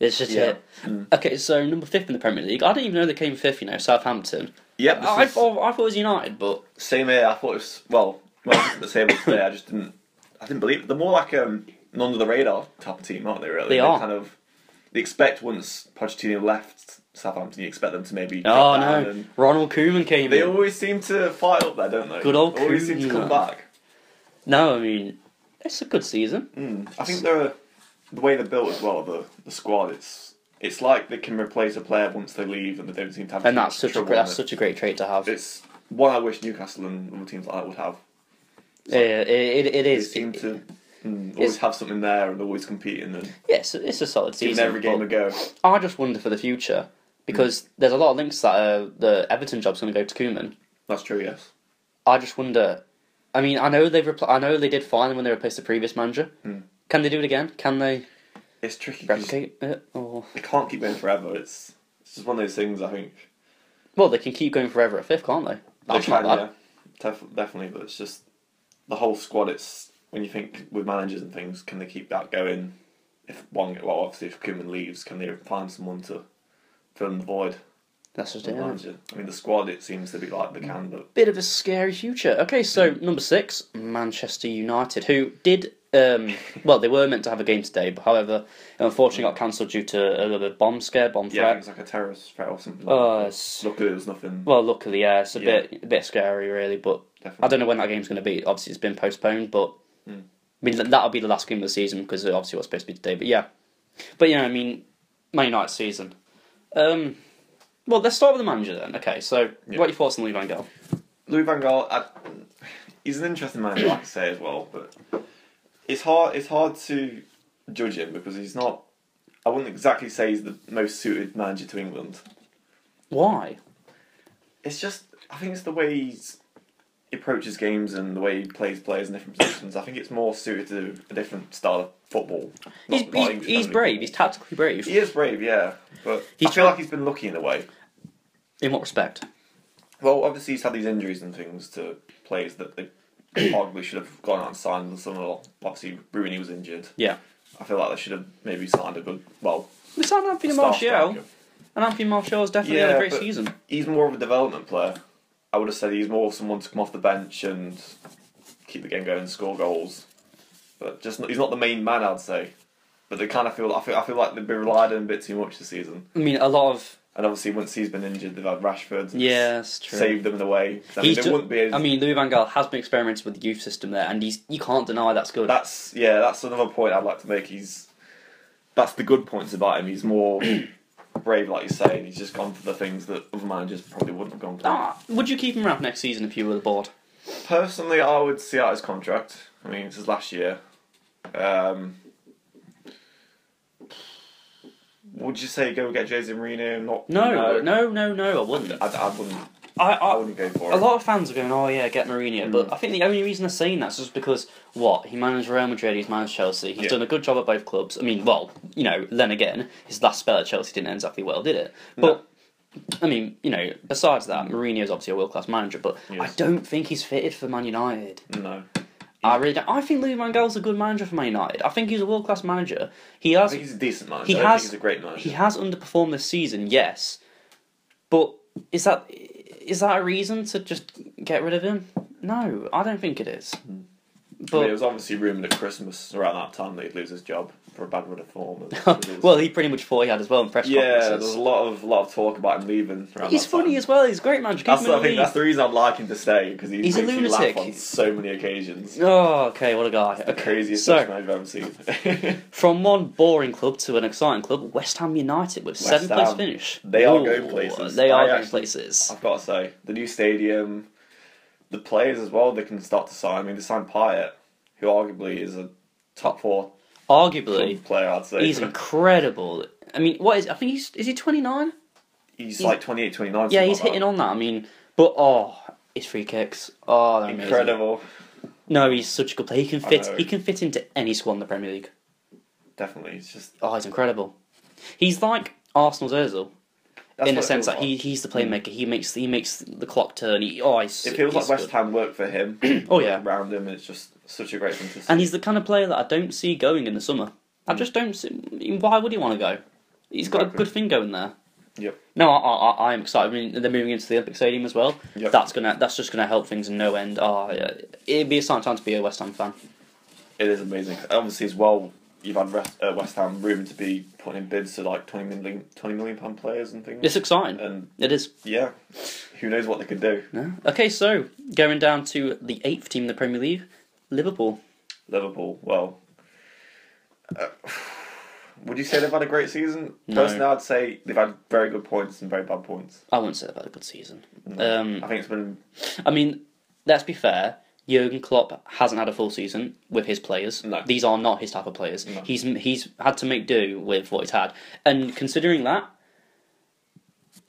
[SPEAKER 1] It's just
[SPEAKER 2] Yeah. Mm.
[SPEAKER 1] it. Okay, so number fifth in the Premier League. I didn't even know they came fifth. You know, Southampton.
[SPEAKER 2] Yep. This
[SPEAKER 1] I, I,
[SPEAKER 2] is-
[SPEAKER 1] thought, I thought it was United, but
[SPEAKER 2] Same here. I thought it was well. When I was looking at the table today, I just didn't. I didn't believe it. They're more like um, an under the radar type of team, aren't they? Really,
[SPEAKER 1] They are.
[SPEAKER 2] Kind of. They expect once Pochettino left Southampton, you expect them to maybe.
[SPEAKER 1] oh
[SPEAKER 2] drop down
[SPEAKER 1] no,
[SPEAKER 2] and-
[SPEAKER 1] Ronald Koeman came
[SPEAKER 2] They
[SPEAKER 1] in.
[SPEAKER 2] always seem to fight up there, don't they?
[SPEAKER 1] Good old
[SPEAKER 2] Always seem to
[SPEAKER 1] Coon.
[SPEAKER 2] come back.
[SPEAKER 1] No, I mean it's a good season.
[SPEAKER 2] Mm. I think they're the way they're built as well. The the squad. It's it's like they can replace a player once they leave, and they don't seem to have.
[SPEAKER 1] And
[SPEAKER 2] too
[SPEAKER 1] that's
[SPEAKER 2] much
[SPEAKER 1] such a
[SPEAKER 2] trouble
[SPEAKER 1] great,
[SPEAKER 2] in
[SPEAKER 1] that's
[SPEAKER 2] it.
[SPEAKER 1] such a great trait to have. It,
[SPEAKER 2] It's one I wish Newcastle and other teams like that would have.
[SPEAKER 1] it, it, it
[SPEAKER 2] They
[SPEAKER 1] is.
[SPEAKER 2] seem
[SPEAKER 1] It-
[SPEAKER 2] to mm, always have something there and always competing and
[SPEAKER 1] yeah, it's, a- it's a solid
[SPEAKER 2] giving
[SPEAKER 1] season.
[SPEAKER 2] every game Mm.
[SPEAKER 1] but
[SPEAKER 2] a go.
[SPEAKER 1] I just wonder for the future because there's a lot of links that uh, the Everton job's going to go to Koeman.
[SPEAKER 2] That's true. Yes.
[SPEAKER 1] I just wonder. I mean, I know they've repl- I know they did fine when they replaced the previous manager.
[SPEAKER 2] Mm.
[SPEAKER 1] Can they do it again? Can they
[SPEAKER 2] It's tricky. 'cause
[SPEAKER 1] replicate it? Or
[SPEAKER 2] They can't keep going forever. It's it's just one of those things. I think
[SPEAKER 1] well, they can keep going forever at fifth, can't they?
[SPEAKER 2] they
[SPEAKER 1] That's not
[SPEAKER 2] can,
[SPEAKER 1] bad.
[SPEAKER 2] yeah, Def- definitely. But it's just the whole squad. It's when you think with managers and things, can they keep that going? If one, well, obviously, if Kuman leaves, can they find someone to fill in the void?
[SPEAKER 1] That's just
[SPEAKER 2] The
[SPEAKER 1] it. yeah.
[SPEAKER 2] manager. I mean, the squad. It seems to be like they can, but
[SPEAKER 1] Bit of a scary future. Okay, so
[SPEAKER 2] Hmm.
[SPEAKER 1] number six, Manchester United, who did
[SPEAKER 2] [laughs]
[SPEAKER 1] um, well, they were meant to have a game today, but however, unfortunately got cancelled due to a little bit of bomb scare, bomb
[SPEAKER 2] yeah, I
[SPEAKER 1] threat.
[SPEAKER 2] think it's like a terrorist threat or something.
[SPEAKER 1] Oh,
[SPEAKER 2] like
[SPEAKER 1] it's-
[SPEAKER 2] that. Luckily, there was nothing.
[SPEAKER 1] Well, luckily, yeah, it's a
[SPEAKER 2] Yeah.
[SPEAKER 1] bit a bit scary, really. But
[SPEAKER 2] Definitely.
[SPEAKER 1] I don't know when that game's going to be. Obviously, it's been postponed, but
[SPEAKER 2] Hmm.
[SPEAKER 1] I mean th- that'll be the last game of the season because it obviously was supposed to be today. But yeah, but yeah, I mean, Man United season. Um, well, let's start with the manager then. Okay, so
[SPEAKER 2] Yeah.
[SPEAKER 1] what are your thoughts on Lee Van Gaal?
[SPEAKER 2] Louis Van Gaal, I, he's an interesting manager, like I say as well, but it's hard. It's hard to judge him because he's not. I wouldn't exactly say he's the most suited manager to England.
[SPEAKER 1] Why?
[SPEAKER 2] It's just, I think it's the way he's, he approaches games and the way he plays players in different positions. I think it's more suited to a different style of football. not-
[SPEAKER 1] He's,
[SPEAKER 2] not
[SPEAKER 1] he's,
[SPEAKER 2] English
[SPEAKER 1] he's
[SPEAKER 2] manager.
[SPEAKER 1] brave. He's tactically brave.
[SPEAKER 2] He is brave, yeah, but
[SPEAKER 1] He's
[SPEAKER 2] I feel
[SPEAKER 1] try-
[SPEAKER 2] like he's been lucky in a way.
[SPEAKER 1] In what respect?
[SPEAKER 2] Well, obviously he's had these injuries and things to players
[SPEAKER 1] [coughs]
[SPEAKER 2] that they arguably should have gone out and signed and some of them- obviously Rooney was injured.
[SPEAKER 1] Yeah.
[SPEAKER 2] I feel like they should have maybe signed a good well.
[SPEAKER 1] We signed Anthony
[SPEAKER 2] star
[SPEAKER 1] Martial,
[SPEAKER 2] striker.
[SPEAKER 1] and Anthony Martial's definitely had a
[SPEAKER 2] Yeah,
[SPEAKER 1] great
[SPEAKER 2] but-
[SPEAKER 1] season.
[SPEAKER 2] He's more of a development player. I would have said he's more of someone to come off the bench and keep the game going, score goals. But just not, he's not the main man, I'd say. But they kind of feel I feel I feel like they've been relied on him a bit too much this season.
[SPEAKER 1] I mean, a lot of
[SPEAKER 2] And obviously once he's been injured, they've had Rashford.
[SPEAKER 1] yeah, it's true.
[SPEAKER 2] Saved them in a way. I mean,
[SPEAKER 1] He's
[SPEAKER 2] they
[SPEAKER 1] ju-
[SPEAKER 2] wouldn't be as
[SPEAKER 1] I mean, Louis Van Gaal has been experimenting with the youth system there, and he's you can't deny that's good.
[SPEAKER 2] That's yeah. That's another point I'd like to make. He's that's the good points about him. He's more brave, like you say, and he's just gone for the things that other managers probably wouldn't have gone for.
[SPEAKER 1] Ah, would you keep him around next season if you were the board?
[SPEAKER 2] Personally, I would see out his contract. I mean, this is last year. Um, would you say go get Jose Mourinho? Not
[SPEAKER 1] No, no, no, no, I wouldn't.
[SPEAKER 2] I, I wouldn't.
[SPEAKER 1] I,
[SPEAKER 2] I
[SPEAKER 1] I,
[SPEAKER 2] wouldn't go for
[SPEAKER 1] a
[SPEAKER 2] it.
[SPEAKER 1] lot of fans are going, oh yeah, get Mourinho,
[SPEAKER 2] Mm.
[SPEAKER 1] but I think the only reason they're saying that's just because what he managed Real Madrid, he's managed Chelsea, he's
[SPEAKER 2] Yeah.
[SPEAKER 1] done a good job at both clubs. I mean, well, you know, then again, his last spell at Chelsea didn't end exactly well, did it? But I mean, you know, besides that, Mourinho's obviously a world class manager, but I
[SPEAKER 2] Yes.
[SPEAKER 1] don't think he's fitted for Man United.
[SPEAKER 2] No,
[SPEAKER 1] I really don't. I think Louis Van Gaal's a good manager for Man United. I think he's a world class manager. He
[SPEAKER 2] I
[SPEAKER 1] has
[SPEAKER 2] think he's a decent manager.
[SPEAKER 1] He
[SPEAKER 2] I don't
[SPEAKER 1] has-
[SPEAKER 2] think he's a great manager.
[SPEAKER 1] he has underperformed this season, yes, but is that is that a reason to just get rid of him? No, I don't think it is.
[SPEAKER 2] Hmm. I mean, it
[SPEAKER 1] But
[SPEAKER 2] was obviously rumoured at Christmas around that time that he'd lose his job for a bad run of
[SPEAKER 1] [laughs]
[SPEAKER 2] form.
[SPEAKER 1] well, he pretty much thought he had as well in press
[SPEAKER 2] Yeah, there was
[SPEAKER 1] conferences.
[SPEAKER 2] a lot of lot of talk about him leaving. Around
[SPEAKER 1] He's
[SPEAKER 2] that
[SPEAKER 1] funny
[SPEAKER 2] time.
[SPEAKER 1] as well. He's a great manager. Keep
[SPEAKER 2] That's
[SPEAKER 1] him
[SPEAKER 2] the,
[SPEAKER 1] in
[SPEAKER 2] I
[SPEAKER 1] the
[SPEAKER 2] think
[SPEAKER 1] league.
[SPEAKER 2] that's the reason I'd like him to stay because he
[SPEAKER 1] He's a
[SPEAKER 2] makes you
[SPEAKER 1] lunatic.
[SPEAKER 2] laugh on so many
[SPEAKER 1] [laughs]
[SPEAKER 2] occasions.
[SPEAKER 1] Oh, okay, what a guy.
[SPEAKER 2] The
[SPEAKER 1] Okay.
[SPEAKER 2] craziest
[SPEAKER 1] so-
[SPEAKER 2] person I've ever seen. [laughs]
[SPEAKER 1] From one boring club to an exciting club, West Ham United with
[SPEAKER 2] West
[SPEAKER 1] seventh place
[SPEAKER 2] Ham.
[SPEAKER 1] finish.
[SPEAKER 2] They are going places.
[SPEAKER 1] They
[SPEAKER 2] I
[SPEAKER 1] are going
[SPEAKER 2] actually-
[SPEAKER 1] places.
[SPEAKER 2] I've got to say, the new stadium, the players as well. They can start to sign. I mean, they signed Pyatt, who arguably is a top four [laughs]
[SPEAKER 1] Arguably,
[SPEAKER 2] player. I'd say
[SPEAKER 1] He's incredible. I mean, what is? I think he's is he twenty nine?
[SPEAKER 2] He's like 28,
[SPEAKER 1] Yeah,
[SPEAKER 2] 29. something
[SPEAKER 1] he's
[SPEAKER 2] like
[SPEAKER 1] hitting
[SPEAKER 2] that.
[SPEAKER 1] on that. I mean, but oh, his free kicks. Oh, they're amazing.
[SPEAKER 2] Incredible,
[SPEAKER 1] No, he's such a good player. He can
[SPEAKER 2] I
[SPEAKER 1] fit.
[SPEAKER 2] know.
[SPEAKER 1] He can fit into any squad in the Premier League.
[SPEAKER 2] definitely. It's just
[SPEAKER 1] Oh, he's incredible. He's like Arsenal's Özil,
[SPEAKER 2] That's
[SPEAKER 1] in the
[SPEAKER 2] what it
[SPEAKER 1] sense
[SPEAKER 2] feels Hmm.
[SPEAKER 1] that he he's the playmaker. He makes he makes the clock turn. He, oh, he's,
[SPEAKER 2] It feels
[SPEAKER 1] he's
[SPEAKER 2] like West
[SPEAKER 1] good.
[SPEAKER 2] Ham worked for him.
[SPEAKER 1] [clears throat] Oh, yeah.
[SPEAKER 2] around him, and it's just such a great thing to see.
[SPEAKER 1] And he's the kind of player that I don't see going in the summer. I just don't see. Why would he want to go? He's got
[SPEAKER 2] Hmm. Exactly.
[SPEAKER 1] a good thing going there.
[SPEAKER 2] Yep.
[SPEAKER 1] No, I, I, I- I'm excited. I mean, they're moving into the Olympic Stadium as well.
[SPEAKER 2] Yep.
[SPEAKER 1] That's gonna that's just gonna help things in no end. Oh, yeah. it'd be a sign time to be a West Ham fan.
[SPEAKER 2] It is amazing. Obviously, as well, you've had rest, uh, West Ham room to be putting in bids to like 20 million, 20 million pound players and things.
[SPEAKER 1] It's exciting.
[SPEAKER 2] And
[SPEAKER 1] It is.
[SPEAKER 2] yeah, who knows what they could do?
[SPEAKER 1] No? Okay, so going down to the eighth team in the Premier League, Liverpool.
[SPEAKER 2] Liverpool, well, uh, would you say they've had a great season?
[SPEAKER 1] No.
[SPEAKER 2] Personally, I'd say they've had very good points and very bad points.
[SPEAKER 1] I wouldn't say they've had a good season.
[SPEAKER 2] I
[SPEAKER 1] Um,
[SPEAKER 2] think it's been
[SPEAKER 1] I mean, let's be fair. Jurgen Klopp hasn't had a full season with his players.
[SPEAKER 2] No.
[SPEAKER 1] These are not his type of players.
[SPEAKER 2] No.
[SPEAKER 1] He's he's had to make do with what he's had, and considering that,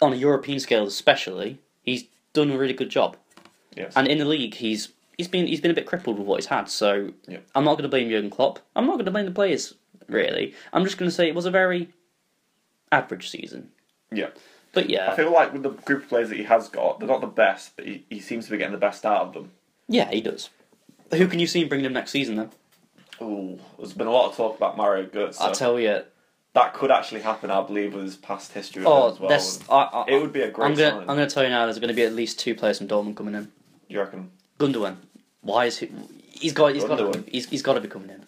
[SPEAKER 1] on a European scale especially, he's done a really good job.
[SPEAKER 2] yes,
[SPEAKER 1] And in the league, he's he's been he's been a bit crippled with what he's had. So
[SPEAKER 2] Yeah.
[SPEAKER 1] I'm not going to blame Jurgen Klopp. I'm not going to blame the players really. I'm just going to say it was a very average season.
[SPEAKER 2] yeah.
[SPEAKER 1] But yeah,
[SPEAKER 2] I feel like with the group of players that he has got, they're not the best, but he, he seems to be getting the best out of them.
[SPEAKER 1] yeah, he does. Who can you see him bringing him next season then?
[SPEAKER 2] Ooh, there's been a lot of talk about Mario Götze.
[SPEAKER 1] I tell you,
[SPEAKER 2] that could actually happen, I believe, with his past history. With
[SPEAKER 1] oh,
[SPEAKER 2] him as well.
[SPEAKER 1] there's. I, I,
[SPEAKER 2] it would be a great
[SPEAKER 1] I'm gonna
[SPEAKER 2] sign.
[SPEAKER 1] I'm gonna tell you now. There's gonna be at least two players from Dortmund coming in.
[SPEAKER 2] You reckon?
[SPEAKER 1] Gundogan, why is he? He's got he's got to
[SPEAKER 2] Gundogan.
[SPEAKER 1] he's, he's got to be coming in.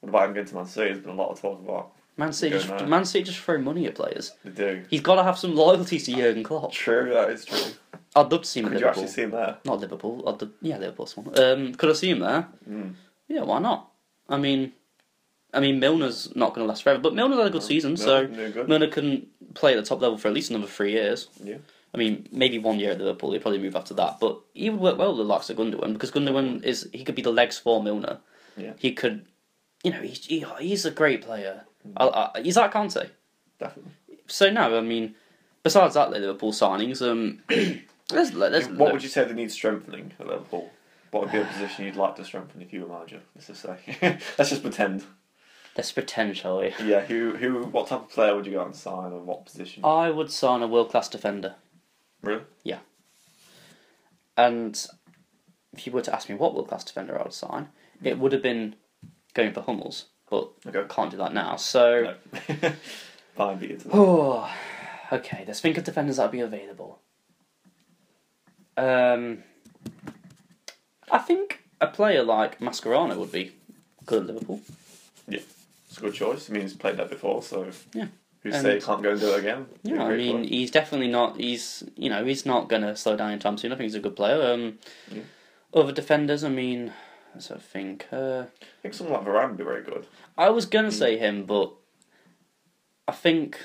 [SPEAKER 2] What about him going to Man City? There's been a lot of talk about.
[SPEAKER 1] Man City,
[SPEAKER 2] Go
[SPEAKER 1] just,
[SPEAKER 2] mad.
[SPEAKER 1] Man City just throw money at players.
[SPEAKER 2] They do.
[SPEAKER 1] He's got to have some loyalty to Jurgen Klopp.
[SPEAKER 2] True, that is true.
[SPEAKER 1] I'd love to see him. in
[SPEAKER 2] Could you
[SPEAKER 1] Liverpool.
[SPEAKER 2] actually see him there?
[SPEAKER 1] Not Liverpool. Or the, yeah, Liverpool's one. Um, could I see him there?
[SPEAKER 2] Mm.
[SPEAKER 1] Yeah, why not? I mean, I mean Milner's not going to last forever, but Milner's had a good season, so
[SPEAKER 2] Milner can do good.
[SPEAKER 1] Milner can play at the top level for at least another three years.
[SPEAKER 2] Yeah.
[SPEAKER 1] I mean, maybe one year at Liverpool, he'd probably move after that. But he would work well with the likes of Gundogan because Gundogan is he could be the legs for Milner.
[SPEAKER 2] Yeah.
[SPEAKER 1] He could, you know, he's he, he's a great player.
[SPEAKER 2] Hmm.
[SPEAKER 1] I, I, he's like Conte.
[SPEAKER 2] Definitely.
[SPEAKER 1] So no, I mean, besides that, the Liverpool signings. Um, [clears throat] there's, there's
[SPEAKER 2] What would you say they need strengthening at Liverpool?
[SPEAKER 1] [sighs]
[SPEAKER 2] What would be a position you'd like to strengthen if you were manager? Let's just say. [laughs] Let's just pretend.
[SPEAKER 1] There's potential. here.
[SPEAKER 2] Yeah. Who? Who? What type of player would you go out and sign, and what position?
[SPEAKER 1] I would sign a world class defender.
[SPEAKER 2] really?
[SPEAKER 1] And if you were to ask me what world class defender I would sign, it would have been going for Hummels, but I
[SPEAKER 2] Okay.
[SPEAKER 1] can't do that now. So,
[SPEAKER 2] No. [laughs] Fine, beat it to that.
[SPEAKER 1] oh, [sighs] okay, let's think of defenders that would be available. Um, I think a player like Mascherano would be good at Liverpool.
[SPEAKER 2] It's a good choice. I mean, he's played that before, so
[SPEAKER 1] Yeah.
[SPEAKER 2] Who
[SPEAKER 1] And-
[SPEAKER 2] say he can't go and do it again?
[SPEAKER 1] Yeah, I
[SPEAKER 2] Great
[SPEAKER 1] mean,
[SPEAKER 2] player.
[SPEAKER 1] he's definitely not. He's you know he's not going to slow down anytime soon. I think he's a good player. Um,
[SPEAKER 2] Yeah.
[SPEAKER 1] Other defenders, I mean, I sort of think. Uh,
[SPEAKER 2] I think someone like Varane would be very good.
[SPEAKER 1] I was
[SPEAKER 2] Hmm.
[SPEAKER 1] going to say him, but I think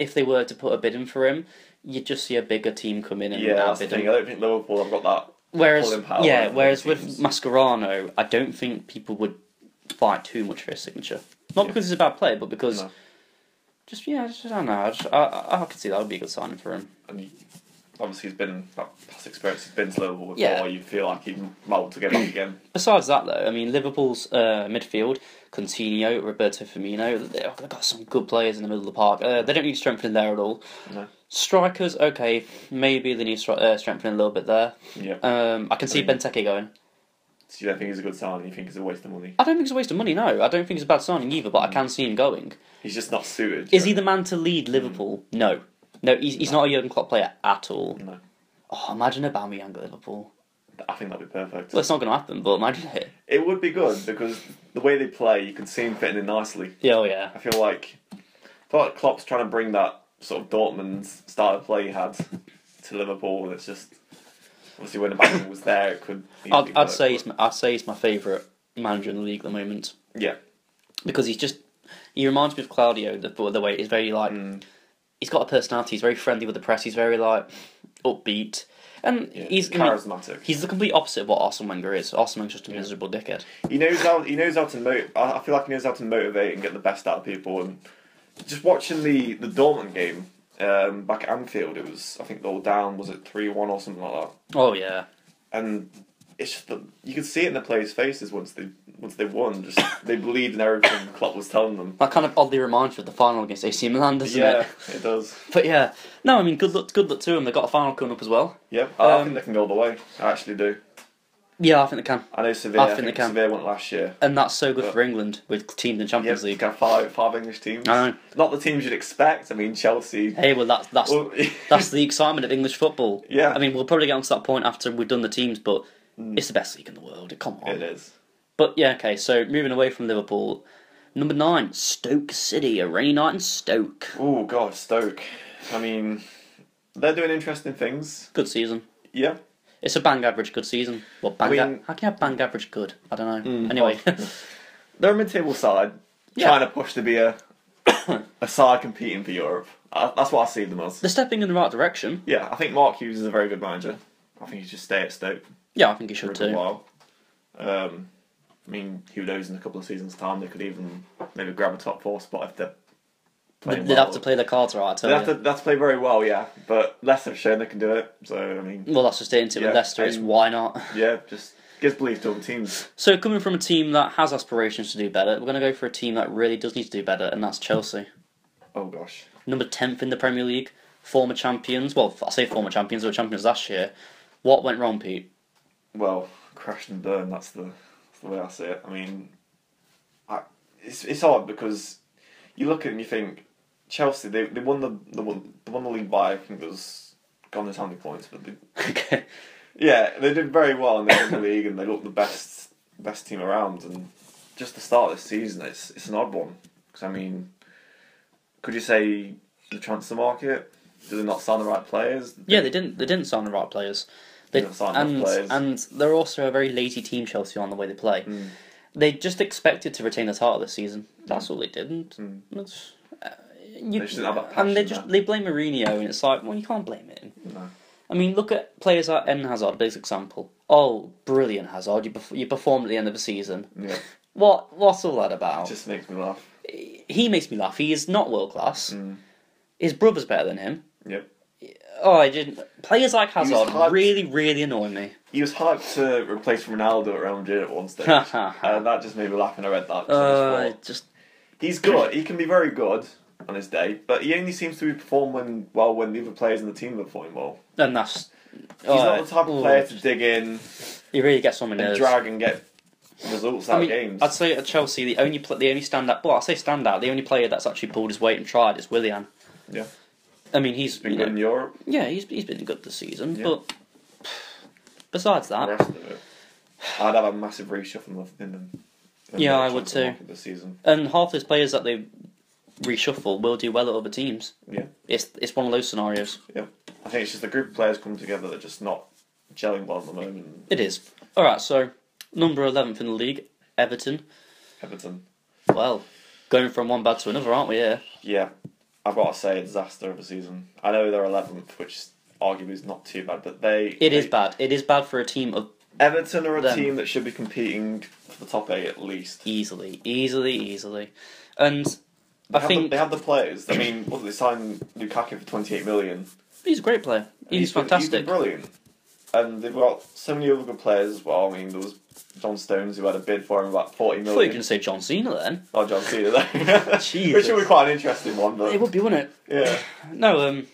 [SPEAKER 1] if they were to put a bid in for him, you'd just see a bigger team come in and
[SPEAKER 2] Yeah, that's the
[SPEAKER 1] outbid
[SPEAKER 2] thing.
[SPEAKER 1] him.
[SPEAKER 2] I don't think Liverpool have got that.
[SPEAKER 1] Whereas,
[SPEAKER 2] Colin Powell
[SPEAKER 1] yeah,
[SPEAKER 2] and
[SPEAKER 1] whereas
[SPEAKER 2] other
[SPEAKER 1] with
[SPEAKER 2] teams.
[SPEAKER 1] Mascherano, I don't think people would fight too much for his signature. Not
[SPEAKER 2] Yeah.
[SPEAKER 1] because he's a bad player, but because
[SPEAKER 2] No.
[SPEAKER 1] just yeah, just, I don't know. I, just, I, I, I could see that would be a good signing for him.
[SPEAKER 2] And he, obviously, he's been that past experience. He's been to Liverpool before.
[SPEAKER 1] Yeah.
[SPEAKER 2] You feel like he mulled to get back [coughs] again.
[SPEAKER 1] Besides that, though, I mean, Liverpool's uh, midfield, Coutinho, Roberto Firmino, they've got some good players in the middle of the park. Uh, they don't need strengthening there at all.
[SPEAKER 2] No.
[SPEAKER 1] Strikers, okay, maybe they need stri- uh, strengthening a little bit there.
[SPEAKER 2] Yeah.
[SPEAKER 1] Um, I can see
[SPEAKER 2] I mean-
[SPEAKER 1] Benteke going.
[SPEAKER 2] so you don't think he's a good sign? You think he's a waste of money?
[SPEAKER 1] I don't think it's a waste of money, no. I don't think it's a bad signing either, but I can see him going.
[SPEAKER 2] He's just not suited.
[SPEAKER 1] Is he the man to lead
[SPEAKER 2] Hmm.
[SPEAKER 1] Liverpool? No. No, he's, he's not a Jurgen Klopp player at all.
[SPEAKER 2] No.
[SPEAKER 1] Oh, imagine Aubameyang at Liverpool.
[SPEAKER 2] I think that'd be perfect.
[SPEAKER 1] Well, it's not going to happen, but imagine it.
[SPEAKER 2] It would be good because the way they play, you can see him fitting in nicely.
[SPEAKER 1] Yeah, oh yeah.
[SPEAKER 2] I feel like, I feel like Klopp's trying to bring that sort of Dortmund style of play he had to Liverpool, and it's just obviously when the Aubameyang [coughs] was there, it could.
[SPEAKER 1] I'd, I'd say he's, my- I'd say he's my favourite manager in the league at the moment.
[SPEAKER 2] yeah.
[SPEAKER 1] because he's just he reminds me of Claudio the the way he's very like
[SPEAKER 2] Mm.
[SPEAKER 1] he's got a personality. He's very friendly with the press. He's very like upbeat, and
[SPEAKER 2] Yeah,
[SPEAKER 1] he's I mean,
[SPEAKER 2] charismatic.
[SPEAKER 1] he's the complete opposite of what Arsene Wenger is. Arsene Wenger's just a miserable dickhead.
[SPEAKER 2] he knows how he knows how to mo- I I feel like he knows how to motivate and get the best out of people. And just watching the the Dortmund game um, back at Anfield, it was I think they were down was it three one or something like that.
[SPEAKER 1] Oh yeah,
[SPEAKER 2] And it's just the, you could see it in the players' faces once they once they won.
[SPEAKER 1] [coughs]
[SPEAKER 2] Just they believed in everything Klopp was telling them.
[SPEAKER 1] That kind of oddly reminds me of the final against AC Milan, doesn't
[SPEAKER 2] Yeah,
[SPEAKER 1] it?
[SPEAKER 2] it does.
[SPEAKER 1] But yeah, no, I mean, good luck, good luck to them. They've got a final coming up as well.
[SPEAKER 2] Yeah, I
[SPEAKER 1] Um,
[SPEAKER 2] think they can go all the way. I actually do.
[SPEAKER 1] Yeah, I think they can,
[SPEAKER 2] I know Sevilla.
[SPEAKER 1] I
[SPEAKER 2] I
[SPEAKER 1] think
[SPEAKER 2] think,
[SPEAKER 1] they can.
[SPEAKER 2] Sevilla went last year.
[SPEAKER 1] and that's so good
[SPEAKER 2] But-
[SPEAKER 1] for England with teams in
[SPEAKER 2] Yeah,
[SPEAKER 1] Champions
[SPEAKER 2] you
[SPEAKER 1] League.
[SPEAKER 2] got five five English teams.
[SPEAKER 1] I know.
[SPEAKER 2] Not the teams you'd expect. I mean Chelsea.
[SPEAKER 1] Hey, well, that's that's
[SPEAKER 2] Well,
[SPEAKER 1] that's the excitement of English football.
[SPEAKER 2] Yeah. Mm.
[SPEAKER 1] I mean, we'll probably get onto that point after we've done the teams, but it's the best league in the world. Come on.
[SPEAKER 2] [laughs] it is.
[SPEAKER 1] But yeah, okay. So moving away from Liverpool, number nine, Stoke City, a rainy night in Stoke.
[SPEAKER 2] Oh God, Stoke. I mean, they're doing interesting things.
[SPEAKER 1] Good season.
[SPEAKER 2] Yeah.
[SPEAKER 1] It's a bang average good season. Well, bang.
[SPEAKER 2] I
[SPEAKER 1] a-
[SPEAKER 2] mean- Mm.
[SPEAKER 1] how can you have bang average good? I don't know. anyway,
[SPEAKER 2] They're a mid-table side
[SPEAKER 1] Yeah.
[SPEAKER 2] trying to push to be a [coughs] a side competing for Europe. I, that's what I see them
[SPEAKER 1] [laughs]
[SPEAKER 2] as.
[SPEAKER 1] they're stepping in the right direction.
[SPEAKER 2] Yeah, I think Mark Hughes is a very good manager. I think he should stay at Stoke
[SPEAKER 1] Yeah, I think he
[SPEAKER 2] for a
[SPEAKER 1] should
[SPEAKER 2] good
[SPEAKER 1] too.
[SPEAKER 2] while. Um, I mean, who knows? In a couple of seasons' time, they could even maybe grab a top four spot if they're
[SPEAKER 1] They-
[SPEAKER 2] playing
[SPEAKER 1] They'd
[SPEAKER 2] well.
[SPEAKER 1] have to play their cards right. I tell
[SPEAKER 2] They have
[SPEAKER 1] you.
[SPEAKER 2] to, they have to play very well, yeah. But Leicester have shown they can do it. So I mean,
[SPEAKER 1] Well, that's just it. isn't it?
[SPEAKER 2] Yeah,
[SPEAKER 1] With Leicester, it's
[SPEAKER 2] and-
[SPEAKER 1] why not. [laughs]
[SPEAKER 2] yeah, just gives belief to other teams.
[SPEAKER 1] So coming from a team that has aspirations to do better, we're going to go for a team that really does need to do better, and that's Chelsea.
[SPEAKER 2] Oh gosh.
[SPEAKER 1] number 10th in the Premier League, former champions. Well, I say former champions, they were champions last year. What went wrong, Pete? [laughs]
[SPEAKER 2] Well, crash and burn. That's the that's the way I see it. I mean, I, it's it's odd because you look at it and you think Chelsea they, they won the the won, they won the league by I think it was gone as how many points, but they,
[SPEAKER 1] okay.
[SPEAKER 2] yeah they did very well and they won the league and they looked the best best team around and just the start of this season it's it's an odd one because I mean could you say the transfer market did they not sign the right players
[SPEAKER 1] Yeah, they didn't. They didn't sign the right players. They
[SPEAKER 2] Didn't sign enough
[SPEAKER 1] and
[SPEAKER 2] players. Hmm.
[SPEAKER 1] and they're also a very lazy team. Chelsea on the way they play. They just expected to retain the title this season. That's all they didn't. That's- uh, you-
[SPEAKER 2] Hmm. They shouldn't have that
[SPEAKER 1] and they
[SPEAKER 2] passion,
[SPEAKER 1] just
[SPEAKER 2] man.
[SPEAKER 1] they blame Mourinho, and it's like, well, you can't blame him.
[SPEAKER 2] No.
[SPEAKER 1] I mean, look at players like Eden Hazard, biggest example. Oh, brilliant Hazard! You perf- you performed at the end of the season.
[SPEAKER 2] yeah
[SPEAKER 1] What what's all that about?
[SPEAKER 2] it just makes me laugh
[SPEAKER 1] he makes me laugh. He is not world class.
[SPEAKER 2] Mm.
[SPEAKER 1] His brother's better than him.
[SPEAKER 2] yep.
[SPEAKER 1] Oh, I didn't. Players like Hazard
[SPEAKER 2] hyped.
[SPEAKER 1] really, really annoy me.
[SPEAKER 2] He was hyped to replace Ronaldo at Real Madrid at one
[SPEAKER 1] [laughs]
[SPEAKER 2] stage, and that just made me laugh when I read that. 'cause I
[SPEAKER 1] Uh,
[SPEAKER 2] just thought,
[SPEAKER 1] just
[SPEAKER 2] he's good. He can be very good on his day, but he only seems to be performing well when the other players in the team are performing well.
[SPEAKER 1] and that's. oh,
[SPEAKER 2] He's
[SPEAKER 1] Uh,
[SPEAKER 2] not the type of player to dig in
[SPEAKER 1] He really gets on my
[SPEAKER 2] and
[SPEAKER 1] nerves.
[SPEAKER 2] drag and get results out
[SPEAKER 1] I mean,
[SPEAKER 2] of games.
[SPEAKER 1] I'd say at Chelsea, the only pl- the only standout. Well, I say standout. The only player that's actually pulled his weight and tried is Willian.
[SPEAKER 2] Yeah,
[SPEAKER 1] I mean, he's
[SPEAKER 2] been
[SPEAKER 1] you
[SPEAKER 2] good
[SPEAKER 1] know-
[SPEAKER 2] in Europe.
[SPEAKER 1] yeah, he's he's been good this season.
[SPEAKER 2] Yeah.
[SPEAKER 1] But besides
[SPEAKER 2] The
[SPEAKER 1] that,
[SPEAKER 2] rest of it, I'd have a massive reshuffle in the- in them.
[SPEAKER 1] Yeah, I would too.
[SPEAKER 2] This season,
[SPEAKER 1] and half those players that they reshuffle will do well at other teams.
[SPEAKER 2] yeah,
[SPEAKER 1] It's it's one of those scenarios.
[SPEAKER 2] yeah. I think it's just the group of players coming together that are just not gelling well at the moment.
[SPEAKER 1] It is. All right, so number 11th in the league, Everton.
[SPEAKER 2] Everton.
[SPEAKER 1] Well, going from one bad to another, aren't we here?
[SPEAKER 2] Yeah, I've got to say, a disaster of a season. I know they're eleventh, which arguably is not too bad, but they
[SPEAKER 1] It is
[SPEAKER 2] they-
[SPEAKER 1] bad. It is bad for a team of
[SPEAKER 2] Everton are a
[SPEAKER 1] Them.
[SPEAKER 2] team that should be competing for the top eight at least.
[SPEAKER 1] easily, easily, easily. And
[SPEAKER 2] They
[SPEAKER 1] I
[SPEAKER 2] have the,
[SPEAKER 1] think
[SPEAKER 2] they have the players. I mean, what did they sign Lukaku for twenty eight million?
[SPEAKER 1] he's a great player. He's,
[SPEAKER 2] been-
[SPEAKER 1] fantastic.
[SPEAKER 2] He's been brilliant, and they've got so many other good players as well. I mean, there was John Stones who had a bid for him about forty
[SPEAKER 1] I thought you were going
[SPEAKER 2] million.
[SPEAKER 1] to say John Cena then.
[SPEAKER 2] Oh, John Cena, there.
[SPEAKER 1] [laughs] Jesus.
[SPEAKER 2] which would be quite an interesting one,
[SPEAKER 1] It
[SPEAKER 2] but
[SPEAKER 1] would be, wouldn't it?
[SPEAKER 2] yeah,
[SPEAKER 1] No, um,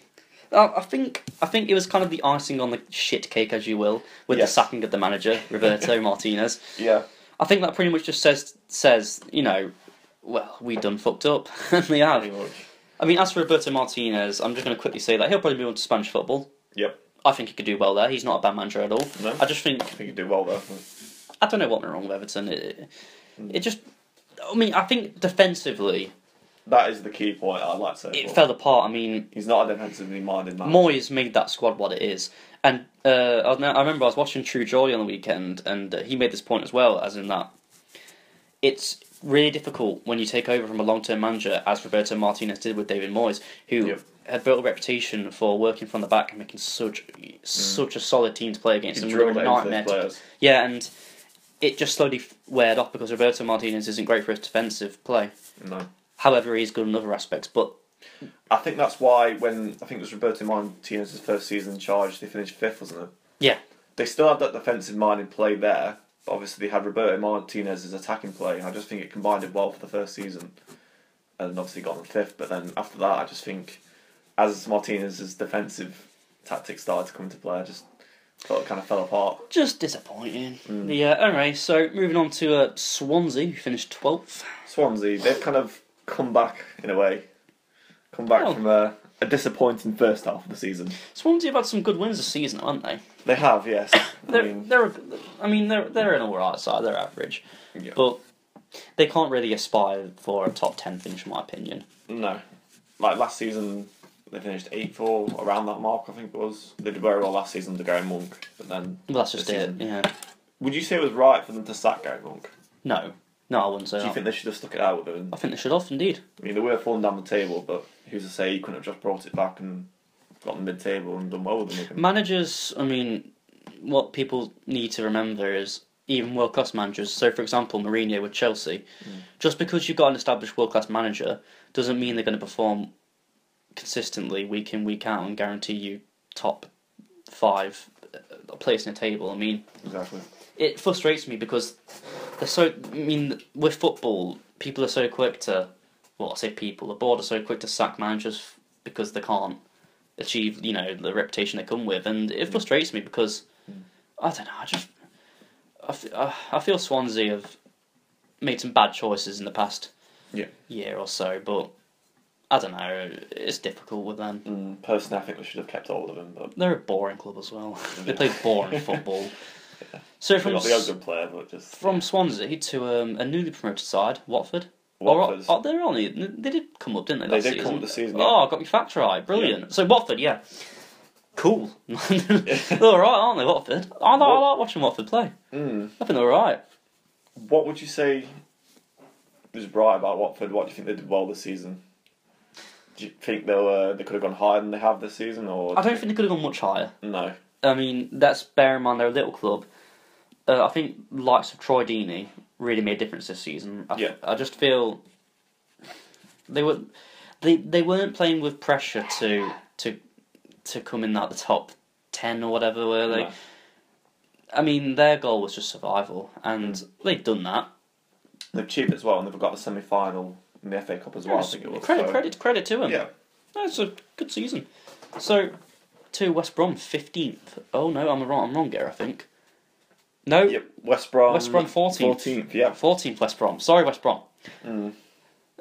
[SPEAKER 1] I I think I think it was kind of the icing on the shit cake, as you will, with the
[SPEAKER 2] Yes.
[SPEAKER 1] sacking of the manager
[SPEAKER 2] [laughs]
[SPEAKER 1] Roberto Martinez. [laughs]
[SPEAKER 2] yeah.
[SPEAKER 1] I think that pretty much just says says you know, well, we done fucked up, [laughs] and they have.
[SPEAKER 2] Pretty much.
[SPEAKER 1] I mean, as for Roberto Martinez, I'm just going to quickly say that he'll probably move on to Spanish football.
[SPEAKER 2] Yep.
[SPEAKER 1] I think he could do well there. He's not a bad manager at all.
[SPEAKER 2] No.
[SPEAKER 1] I just think
[SPEAKER 2] I think he did well there.
[SPEAKER 1] I don't know what went wrong with Everton. It, it just, I mean, I think defensively
[SPEAKER 2] That is the key point I'd like to say.
[SPEAKER 1] it
[SPEAKER 2] Well,
[SPEAKER 1] fell apart. I mean,
[SPEAKER 2] He's not a defensively minded man.
[SPEAKER 1] Moyes made that squad what it is, and uh, I, know, I remember I was watching True Joy on the weekend, and uh, he made this point as well, as in that it's really difficult when you take over from a long-term manager, as Roberto Martinez did with David Moyes, who
[SPEAKER 2] Yep.
[SPEAKER 1] had built a reputation for working from the back and making such such a solid team to play against,
[SPEAKER 2] Mm. He
[SPEAKER 1] and we were a
[SPEAKER 2] drilled it into
[SPEAKER 1] nightmare.
[SPEAKER 2] those
[SPEAKER 1] to-
[SPEAKER 2] players.
[SPEAKER 1] yeah, and it just slowly f- weared off because Roberto Martinez isn't great for his defensive play.
[SPEAKER 2] No.
[SPEAKER 1] However, he's good in other aspects, but
[SPEAKER 2] I think that's why when I think it was Roberto Martinez's first season in charge, they finished fifth, wasn't it?
[SPEAKER 1] yeah,
[SPEAKER 2] they still had that defensive minded play there, but obviously they had Roberto Martinez's attacking play, and I just think it combined it well for the first season. And then obviously got them fifth, but then after that, I just think as Martinez's defensive tactics started to come into play, I just thought it kind of fell apart.
[SPEAKER 1] Just disappointing.
[SPEAKER 2] Mm.
[SPEAKER 1] Yeah, alright, so moving on to uh, Swansea, who finished 12th.
[SPEAKER 2] Swansea, they've kind of come back in a way, come back
[SPEAKER 1] Oh.
[SPEAKER 2] from a, a disappointing first half of the season.
[SPEAKER 1] Swansea have had some good wins this season, haven't they?
[SPEAKER 2] They
[SPEAKER 1] [coughs]
[SPEAKER 2] have, yes. I
[SPEAKER 1] They're,
[SPEAKER 2] mean,
[SPEAKER 1] they're, I mean, they're, they're an alright side, they're average.
[SPEAKER 2] Yeah.
[SPEAKER 1] But they can't really aspire for a top 10 finish, in my opinion.
[SPEAKER 2] no, like last season, they finished eighth or around that mark. I think it was. They did very well last season to Gary Monk, but then
[SPEAKER 1] Well, that's just
[SPEAKER 2] this
[SPEAKER 1] it,
[SPEAKER 2] season-
[SPEAKER 1] yeah.
[SPEAKER 2] Would you say it was right for them to sack Gary Monk?
[SPEAKER 1] No. No, I wouldn't say
[SPEAKER 2] Do you
[SPEAKER 1] that.
[SPEAKER 2] think they should have stuck it out with him?
[SPEAKER 1] I think they should off, indeed.
[SPEAKER 2] I mean, they were falling down the table, but who's to say he couldn't have just brought it back and got them mid-table and done well with them? again?
[SPEAKER 1] Managers, I mean, what people need to remember is even world class managers. So, for example, Mourinho with Chelsea, just because you've got an established world class manager doesn't mean they're going to perform consistently week in, week out, and guarantee you top five uh, place in a table. I mean,
[SPEAKER 2] Exactly.
[SPEAKER 1] it frustrates me because they're so. I mean, with football, people are so quick to. Well, I say people, the board are so quick to sack managers f- because they can't achieve, you know, the reputation they come with, and
[SPEAKER 2] Mm.
[SPEAKER 1] it frustrates me because I don't know. I just I, f- I- I feel Swansea have made some bad choices in the past
[SPEAKER 2] Yeah.
[SPEAKER 1] year or so, but I don't know. It's difficult with them.
[SPEAKER 2] Mm, personally, I think they should have kept all of them, but
[SPEAKER 1] They're a boring club as well. [laughs] they play boring football.
[SPEAKER 2] [laughs]
[SPEAKER 1] So
[SPEAKER 2] they
[SPEAKER 1] from
[SPEAKER 2] got the
[SPEAKER 1] s-
[SPEAKER 2] other player, but just
[SPEAKER 1] from Swansea to um, a newly promoted side, Watford.
[SPEAKER 2] Watford.
[SPEAKER 1] Or, oh, they're only they did come up, didn't they?
[SPEAKER 2] They
[SPEAKER 1] last
[SPEAKER 2] did
[SPEAKER 1] season?
[SPEAKER 2] come up this season,
[SPEAKER 1] Oh, I got my fact right. Brilliant. So Watford, yeah,
[SPEAKER 2] [laughs]
[SPEAKER 1] cool. they're all right, aren't they, Watford? I like, I
[SPEAKER 2] What-
[SPEAKER 1] like watching Watford play.
[SPEAKER 2] Mm.
[SPEAKER 1] I think they're all right.
[SPEAKER 2] What would you say was right about Watford? What do you think they did well this season? Do you think they were they could have gone higher than they have this season, or
[SPEAKER 1] I don't think they could have gone much higher.
[SPEAKER 2] no?
[SPEAKER 1] I mean, that's bear in mind they're a little club. Uh, I think likes of Troy Deeney really made a difference this season. I,
[SPEAKER 2] Yeah.
[SPEAKER 1] I just feel they were they they weren't playing with pressure to to to come in at the top ten or whatever were they.
[SPEAKER 2] No.
[SPEAKER 1] I mean, their goal was just survival, and
[SPEAKER 2] Mm.
[SPEAKER 1] they've done that.
[SPEAKER 2] They've achieved it as well, and they've got the semi final in the FA Cup as well. I think it was.
[SPEAKER 1] credit
[SPEAKER 2] so-
[SPEAKER 1] credit credit to them.
[SPEAKER 2] Yeah,
[SPEAKER 1] That's a good season. So, to West Brom, fifteenth. Oh no, I'm wrong. I'm wrong here. I think. No,
[SPEAKER 2] yep. West Brom.
[SPEAKER 1] West Brom 14th.
[SPEAKER 2] Fourteenth. Yeah.
[SPEAKER 1] 14th West Brom. Sorry, West Brom.
[SPEAKER 2] Mm.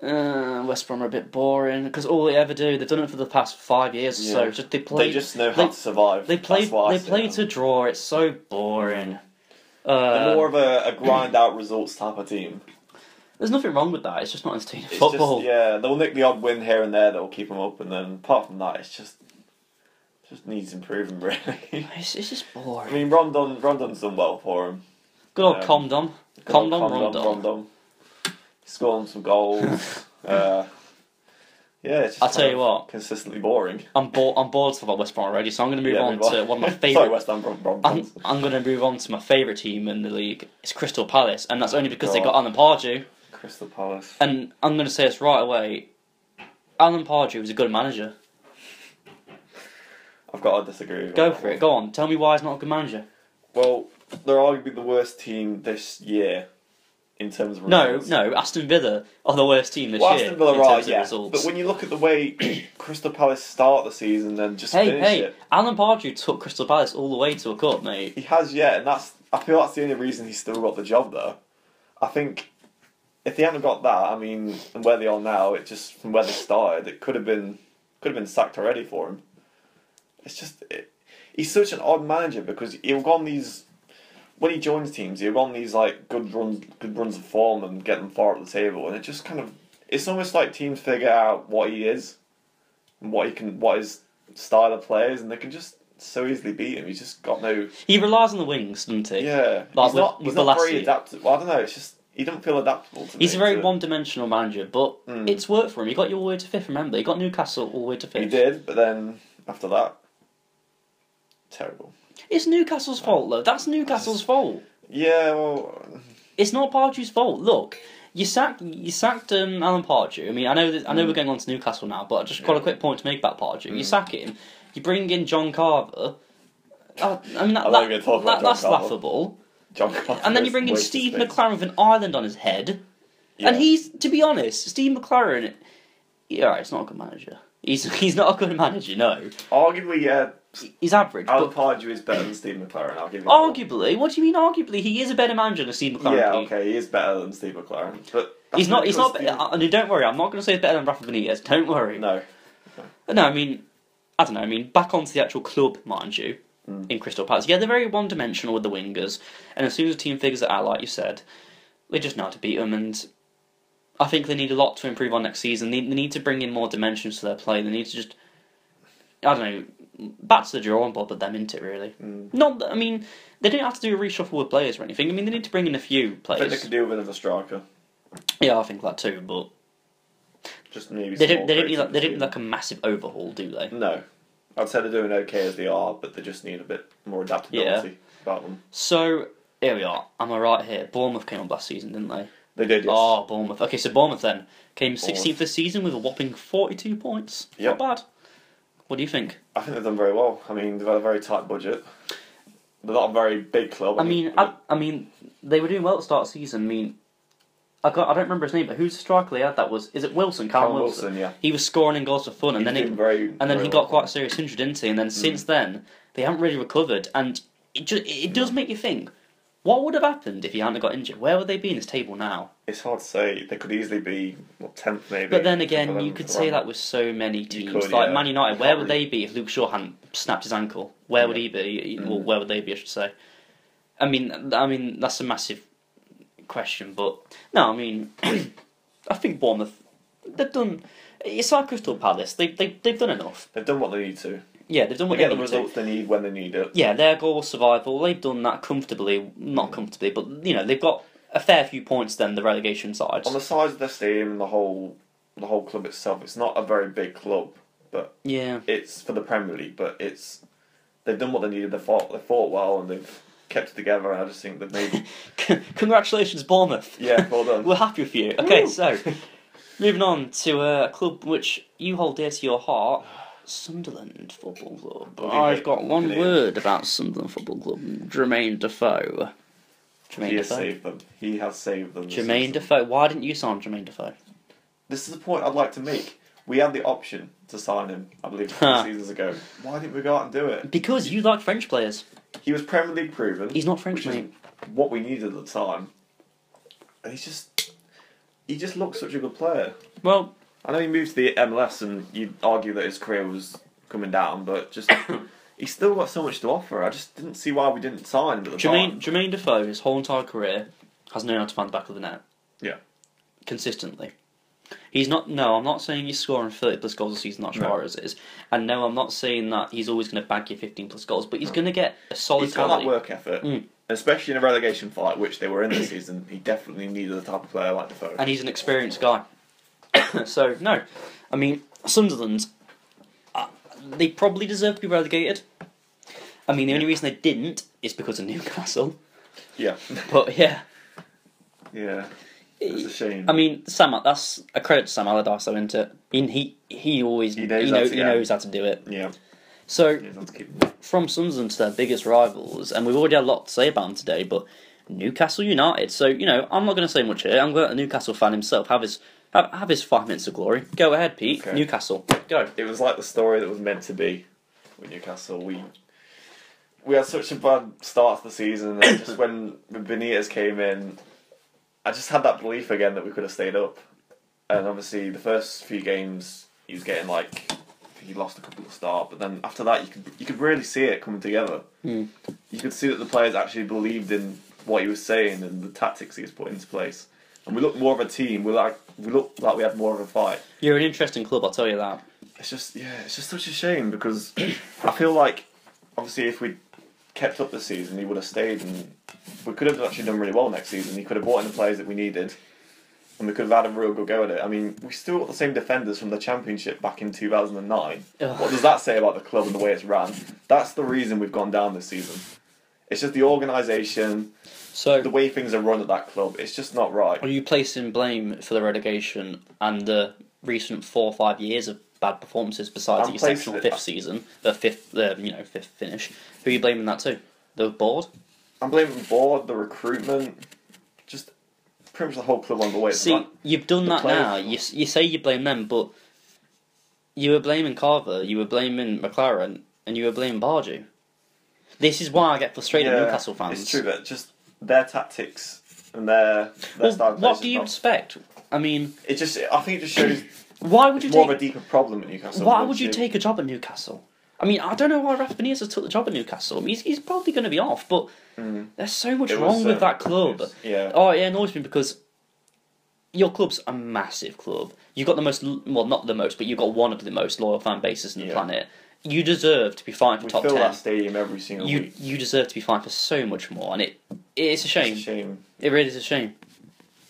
[SPEAKER 1] Uh, West Brom are a bit boring because all they ever do, they've done it for the past five years. or So
[SPEAKER 2] Yeah.
[SPEAKER 1] just they play.
[SPEAKER 2] they just know how
[SPEAKER 1] they-
[SPEAKER 2] to survive.
[SPEAKER 1] they play.
[SPEAKER 2] That's why I
[SPEAKER 1] They
[SPEAKER 2] say
[SPEAKER 1] play
[SPEAKER 2] that.
[SPEAKER 1] to draw. It's so boring.
[SPEAKER 2] They're more
[SPEAKER 1] Uh,
[SPEAKER 2] of a, a grind out results type of team.
[SPEAKER 1] there's nothing wrong with that. It's just not entertaining
[SPEAKER 2] It's
[SPEAKER 1] football.
[SPEAKER 2] Just, yeah, they'll nick the odd win here and there that'll keep them up, and then apart from that, it's just just needs improving [laughs] really.
[SPEAKER 1] It's, it's just
[SPEAKER 2] I
[SPEAKER 1] boring.
[SPEAKER 2] mean, Rondon Rondon's done well for him.
[SPEAKER 1] Good old
[SPEAKER 2] um,
[SPEAKER 1] Condom. Condom, Rondon.
[SPEAKER 2] Rondon. He's scoring some goals.
[SPEAKER 1] [laughs]
[SPEAKER 2] uh, yeah, it's just
[SPEAKER 1] I'll tell
[SPEAKER 2] kind
[SPEAKER 1] you
[SPEAKER 2] of
[SPEAKER 1] what.
[SPEAKER 2] consistently boring.
[SPEAKER 1] I'm bored. I'm bored about West Brom already, so I'm going to move
[SPEAKER 2] Yeah,
[SPEAKER 1] on
[SPEAKER 2] move on.
[SPEAKER 1] to one of my
[SPEAKER 2] [laughs] Sorry,
[SPEAKER 1] favourite
[SPEAKER 2] West Ham Ron-
[SPEAKER 1] I'm,
[SPEAKER 2] Rondons.
[SPEAKER 1] I'm going to move on to my favourite team in the league. It's Crystal Palace, and that's only because they got
[SPEAKER 2] God.
[SPEAKER 1] Alan Pardew.
[SPEAKER 2] Crystal Palace.
[SPEAKER 1] And I'm going to say this right away Alan Pardew was a good manager.
[SPEAKER 2] I've got to disagree. With
[SPEAKER 1] Go
[SPEAKER 2] that
[SPEAKER 1] for
[SPEAKER 2] one.
[SPEAKER 1] it. Go on. Tell me why he's not a good manager.
[SPEAKER 2] Well, they're arguably the worst team this year in terms of
[SPEAKER 1] No,
[SPEAKER 2] results.
[SPEAKER 1] no. Aston Villa are the worst team this
[SPEAKER 2] Well,
[SPEAKER 1] year.
[SPEAKER 2] Aston Villa
[SPEAKER 1] in
[SPEAKER 2] are,
[SPEAKER 1] terms of
[SPEAKER 2] yeah.
[SPEAKER 1] results.
[SPEAKER 2] But when you look at the way [clears throat] Crystal Palace start the season and just
[SPEAKER 1] hey,
[SPEAKER 2] finish
[SPEAKER 1] hey.
[SPEAKER 2] it,
[SPEAKER 1] Alan Pardew took Crystal Palace all the way to a cup, mate.
[SPEAKER 2] he has yet, and that's I feel that's the only reason he's still got the job though. I think if they hadn't got that, I mean, and where they are now, it just from where they started, it could have been could have been sacked already for him. It's just it, he's such an odd manager because he'll go on these when he joins teams, he'll go on these like good runs, good runs of form and get them far up the table, and it just kind of it's almost like teams figure out what he is and what he can, what his style of play is, and they can just so easily beat him. He's just got no.
[SPEAKER 1] He relies on the wings, doesn't he?
[SPEAKER 2] Yeah,
[SPEAKER 1] Like
[SPEAKER 2] he's
[SPEAKER 1] with-
[SPEAKER 2] not,
[SPEAKER 1] with
[SPEAKER 2] he's not
[SPEAKER 1] Balassi.
[SPEAKER 2] very adaptable. Well, I don't know. It's just he doesn't feel adaptable. To
[SPEAKER 1] He's a
[SPEAKER 2] me,
[SPEAKER 1] very
[SPEAKER 2] so-
[SPEAKER 1] one-dimensional manager, but
[SPEAKER 2] Mm.
[SPEAKER 1] it's worked for him. He got you all the way to fifth. Remember, he got Newcastle all the way to fifth.
[SPEAKER 2] He did, but then after that, terrible.
[SPEAKER 1] It's Newcastle's fault, though. That's Newcastle's fault.
[SPEAKER 2] Yeah, well,
[SPEAKER 1] It's not Pardew's fault. Look, you sacked you sacked um, Alan Pardew. I mean, I know that, I
[SPEAKER 2] Mm.
[SPEAKER 1] know we're going on to Newcastle now, but I just got a quick point to make about Pardew. You sack him, you bring in John Carver. Oh, I mean, that,
[SPEAKER 2] I'm not
[SPEAKER 1] that,
[SPEAKER 2] gonna talk about
[SPEAKER 1] that- that's
[SPEAKER 2] John Carver.
[SPEAKER 1] laughable.
[SPEAKER 2] John Carver
[SPEAKER 1] And then
[SPEAKER 2] is
[SPEAKER 1] you bring in
[SPEAKER 2] wasted
[SPEAKER 1] Steve
[SPEAKER 2] space.
[SPEAKER 1] McLaren with an island on his head.
[SPEAKER 2] Yeah.
[SPEAKER 1] And he's, to be honest, Steve McLaren, yeah, he's not a good manager. He's [laughs] he's not a good manager, no.
[SPEAKER 2] arguably, yeah,
[SPEAKER 1] He's average.
[SPEAKER 2] Alan
[SPEAKER 1] But
[SPEAKER 2] Pardew is better than Steve McLaren. I'll give him. that.
[SPEAKER 1] arguably, what do you mean arguably? He is a better manager than Steve McLaren.
[SPEAKER 2] Yeah, okay, he is better than Steve McLaren, but that's
[SPEAKER 1] He's not, he's not, uh,
[SPEAKER 2] because
[SPEAKER 1] I mean, don't worry, I'm not going to say he's better than Rafa Benitez, don't worry.
[SPEAKER 2] Steve- no,
[SPEAKER 1] No, I mean, I don't know. I mean, back onto the actual club, mind you,
[SPEAKER 2] Mm.
[SPEAKER 1] in Crystal Palace. Yeah, they're very one dimensional with the wingers, and as soon as the team figures it out, like you said, they just know how to beat them. And I think they need a lot to improve on next season. They, they need to bring in more dimensions to their play. They need to just, I don't know, back to the drawing board, but them into it really.
[SPEAKER 2] Mm.
[SPEAKER 1] Not, that, I mean, they don't have to do a reshuffle with players or anything. I mean, they need to bring in a few
[SPEAKER 2] I think they
[SPEAKER 1] players.
[SPEAKER 2] could do with another striker.
[SPEAKER 1] yeah, I think that too. But
[SPEAKER 2] Just maybe
[SPEAKER 1] they
[SPEAKER 2] some
[SPEAKER 1] don't.
[SPEAKER 2] more
[SPEAKER 1] They don't need.
[SPEAKER 2] creativity.
[SPEAKER 1] Like, they don't need like a massive overhaul, do they?
[SPEAKER 2] No, I'd say they're doing okay as they are, but they just need a bit more adaptability about them.
[SPEAKER 1] So here we are. Am I right here? Bournemouth came up last season, didn't they?
[SPEAKER 2] They did, yes.
[SPEAKER 1] Oh, Bournemouth. Okay, so Bournemouth then came 16th this season with a whopping 42 points.
[SPEAKER 2] Yep.
[SPEAKER 1] Not bad. What do you think?
[SPEAKER 2] I think they've done very well. I mean, they've had a very tight budget. They're not a very big club.
[SPEAKER 1] I mean, I, I mean, they were doing well at the start of the season. I mean, I got I don't remember his name, but who's the striker they had? That was is it Wilson? Callum,
[SPEAKER 2] Callum
[SPEAKER 1] Wilson.
[SPEAKER 2] Wilson, yeah.
[SPEAKER 1] He was scoring in goals for fun, and
[SPEAKER 2] He's
[SPEAKER 1] then it,
[SPEAKER 2] doing very,
[SPEAKER 1] and then
[SPEAKER 2] very
[SPEAKER 1] he
[SPEAKER 2] well.
[SPEAKER 1] got quite a serious injury, didn't he? And then since
[SPEAKER 2] Mm.
[SPEAKER 1] then, they haven't really recovered, and it just it does make you think. What would have happened if he hadn't got injured? Where would they be in this table now?
[SPEAKER 2] It's hard to say. They could easily be what tenth, maybe.
[SPEAKER 1] But then again,
[SPEAKER 2] Eleventh,
[SPEAKER 1] you could say
[SPEAKER 2] around
[SPEAKER 1] that with so many teams.
[SPEAKER 2] could,
[SPEAKER 1] like
[SPEAKER 2] yeah.
[SPEAKER 1] Man United,
[SPEAKER 2] You
[SPEAKER 1] where
[SPEAKER 2] can't
[SPEAKER 1] would
[SPEAKER 2] really-
[SPEAKER 1] they be if Luke Shaw hadn't snapped his ankle? Where would he be?
[SPEAKER 2] Mm.
[SPEAKER 1] Well, where would they be? I should say. I mean, th- I mean that's a massive question, but no, I mean, [clears throat] I think Bournemouth they've done. It's like Crystal Palace. They they they've done enough.
[SPEAKER 2] They've done what they need to.
[SPEAKER 1] Yeah, they've done
[SPEAKER 2] They
[SPEAKER 1] what
[SPEAKER 2] get
[SPEAKER 1] they
[SPEAKER 2] the
[SPEAKER 1] need to.
[SPEAKER 2] results they need when they need it.
[SPEAKER 1] Yeah, their goal was survival. They've done that comfortably, not comfortably, but you know they've got a fair few points than the relegation sides.
[SPEAKER 2] On the size of the stadium and the whole, the whole club itself, it's not a very big club, but
[SPEAKER 1] [laughs] Yeah.
[SPEAKER 2] it's for the Premier League. But it's they've done what they needed. They fought, they fought well, and they've kept it together. And I just think
[SPEAKER 1] [laughs]
[SPEAKER 2] that maybe,
[SPEAKER 1] Congratulations, Bournemouth.
[SPEAKER 2] yeah, well done.
[SPEAKER 1] [laughs] We're happy with you. Okay,
[SPEAKER 2] Woo.
[SPEAKER 1] so moving on to a club which you hold dear to your heart, Sunderland Football Club.
[SPEAKER 2] Bloody
[SPEAKER 1] I've
[SPEAKER 2] hate-
[SPEAKER 1] got one
[SPEAKER 2] bloody
[SPEAKER 1] word about Sunderland Football Club: Jermaine Defoe. Jermaine
[SPEAKER 2] he has
[SPEAKER 1] Defoe.
[SPEAKER 2] saved them. He has saved them. this
[SPEAKER 1] Jermaine
[SPEAKER 2] season.
[SPEAKER 1] Defoe. Why didn't you sign Jermaine Defoe?
[SPEAKER 2] This is the point I'd like to make. We had the option to sign him, I believe, two
[SPEAKER 1] Huh.
[SPEAKER 2] seasons ago. Why didn't we go out and do it?
[SPEAKER 1] Because you like French players.
[SPEAKER 2] He was Premier League proven.
[SPEAKER 1] He's not French,
[SPEAKER 2] which is
[SPEAKER 1] mate.
[SPEAKER 2] What we needed at the time, and he's just he just looks such a good player.
[SPEAKER 1] Well,
[SPEAKER 2] I know he moved to the MLS, and you'd argue that his career was coming down, but just [coughs] he's still got so much to offer. I just didn't see why we didn't sign him at the
[SPEAKER 1] Jermaine
[SPEAKER 2] time.
[SPEAKER 1] Jermaine Defoe, his whole entire career, has known how to find the back of the net.
[SPEAKER 2] Yeah.
[SPEAKER 1] consistently. He's not. No, I'm not saying he's scoring 30 plus goals a season like
[SPEAKER 2] No.
[SPEAKER 1] Suarez is, and no, I'm not saying that he's always going to bag you 15 plus goals, but he's going to get a solid
[SPEAKER 2] He's got that
[SPEAKER 1] quality.
[SPEAKER 2] work effort,
[SPEAKER 1] Mm.
[SPEAKER 2] especially in a relegation fight, which they were in
[SPEAKER 1] [coughs]
[SPEAKER 2] this season. He definitely needed a type of player like Defoe.
[SPEAKER 1] and he's an experienced guy. [coughs] so no, I mean Sunderland, uh, they probably deserve to be relegated. I mean, the only reason they didn't is because of Newcastle.
[SPEAKER 2] Yeah,
[SPEAKER 1] But yeah,
[SPEAKER 2] yeah, it's a shame.
[SPEAKER 1] I mean, Sam, that's a credit to Sam Allardyce, though, isn't it? I mean, he he always
[SPEAKER 2] He knows
[SPEAKER 1] he,
[SPEAKER 2] how
[SPEAKER 1] know,
[SPEAKER 2] to
[SPEAKER 1] he
[SPEAKER 2] get 'em.
[SPEAKER 1] knows how to do it.
[SPEAKER 2] yeah,
[SPEAKER 1] So
[SPEAKER 2] yeah, let's keep.
[SPEAKER 1] from Sunderland to their biggest rivals, and we've already had a lot to say about them today, but Newcastle United. So, you know, I'm not going to say much here. I'm going to let the Newcastle fan himself have his have, have his five minutes of glory. Go ahead, Pete.
[SPEAKER 2] Okay.
[SPEAKER 1] Newcastle, go.
[SPEAKER 2] It was like the story that was meant to be with Newcastle. We we had such a bad start to the season, and just when Benitez came in, I just had that belief again that we could have stayed up. And obviously, the first few games he was getting like I think he lost a couple of start, but then after that, you could you could really see it coming together. You could see that the players actually believed in what he was saying and the tactics he was putting into place. And we looked more of a team. We like we looked like we had more of a fight
[SPEAKER 1] You're an interesting club, I'll tell you that.
[SPEAKER 2] it's just yeah, it's just such a shame because I feel like obviously if we kept up the season, he would have stayed, and we could have actually done really well next season. He could have brought in the players that we needed, and we could have had a real good go at it. I mean, we still got the same defenders from the championship back in two thousand and nine.
[SPEAKER 1] Ugh.
[SPEAKER 2] What does that say about the club and the way it's ran? That's the reason we've gone down this season. It's just the organisation,
[SPEAKER 1] So,
[SPEAKER 2] the way things are run at that club. It's just not right.
[SPEAKER 1] are you placing blame for the relegation and the recent four or five years of bad performances besides
[SPEAKER 2] I'm
[SPEAKER 1] the exceptional
[SPEAKER 2] placing-
[SPEAKER 1] fifth season, the fifth, uh, you know, fifth finish. Who are you blaming that to? The board.
[SPEAKER 2] I'm blaming board, the recruitment, just pretty much the whole club on the way. to
[SPEAKER 1] See,
[SPEAKER 2] that.
[SPEAKER 1] you've done
[SPEAKER 2] the
[SPEAKER 1] that
[SPEAKER 2] players-
[SPEAKER 1] now. You s- you say you blame them, but you were blaming Carver, you were blaming McLaren, and you were blaming Bardew. This is why I get frustrated with Newcastle fans.
[SPEAKER 2] It's true, but just their tactics and their their
[SPEAKER 1] Well,
[SPEAKER 2] style. of play
[SPEAKER 1] what
[SPEAKER 2] is
[SPEAKER 1] do you
[SPEAKER 2] not-
[SPEAKER 1] expect? I mean,
[SPEAKER 2] It just, I think it just shows
[SPEAKER 1] why would you
[SPEAKER 2] it's more of
[SPEAKER 1] take?
[SPEAKER 2] a deeper problem at Newcastle.
[SPEAKER 1] Why
[SPEAKER 2] than
[SPEAKER 1] would you
[SPEAKER 2] to-
[SPEAKER 1] take a job at Newcastle? I mean, I don't know why Rafa Benitez has took the job at Newcastle. I mean, he's, he's probably going to be off, but there's so much
[SPEAKER 2] Mm. It was,
[SPEAKER 1] wrong with
[SPEAKER 2] uh,
[SPEAKER 1] that club.
[SPEAKER 2] Yeah.
[SPEAKER 1] Oh, it annoys me because your club's a massive club. You've got the most, well, not the most, but you've got one of the most loyal fan bases in the
[SPEAKER 2] Yeah.
[SPEAKER 1] planet. You deserve to be fighting for
[SPEAKER 2] We
[SPEAKER 1] top
[SPEAKER 2] fill
[SPEAKER 1] ten.
[SPEAKER 2] that stadium every single
[SPEAKER 1] You
[SPEAKER 2] week.
[SPEAKER 1] you deserve to be fighting for so much more, and it it's a shame.
[SPEAKER 2] It's a shame.
[SPEAKER 1] It really is a shame.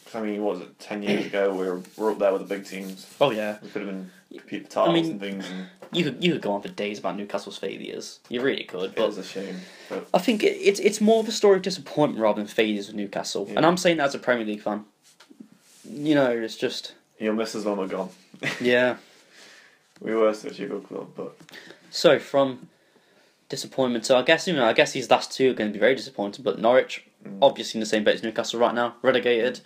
[SPEAKER 2] 'Cause, I mean, what was it, 10 years ago, we were, we're up there with the big teams.
[SPEAKER 1] Oh yeah,
[SPEAKER 2] We could have been competing for titles
[SPEAKER 1] I mean,
[SPEAKER 2] and things, and
[SPEAKER 1] you could you could go on for days about Newcastle's failures. You really could,
[SPEAKER 2] it
[SPEAKER 1] but
[SPEAKER 2] was a shame. But
[SPEAKER 1] I think it, it's it's more of a story of disappointment rather than failures with Newcastle,
[SPEAKER 2] Yeah.
[SPEAKER 1] and I'm saying that as a Premier League fan. You know, it's just
[SPEAKER 2] you'll miss us when we're gone.
[SPEAKER 1] yeah.
[SPEAKER 2] We were such a good club, but
[SPEAKER 1] So from disappointment to I guess you know I guess these last two are going to be very disappointing. But Norwich,
[SPEAKER 2] Mm.
[SPEAKER 1] obviously in the same boat as Newcastle right now, relegated.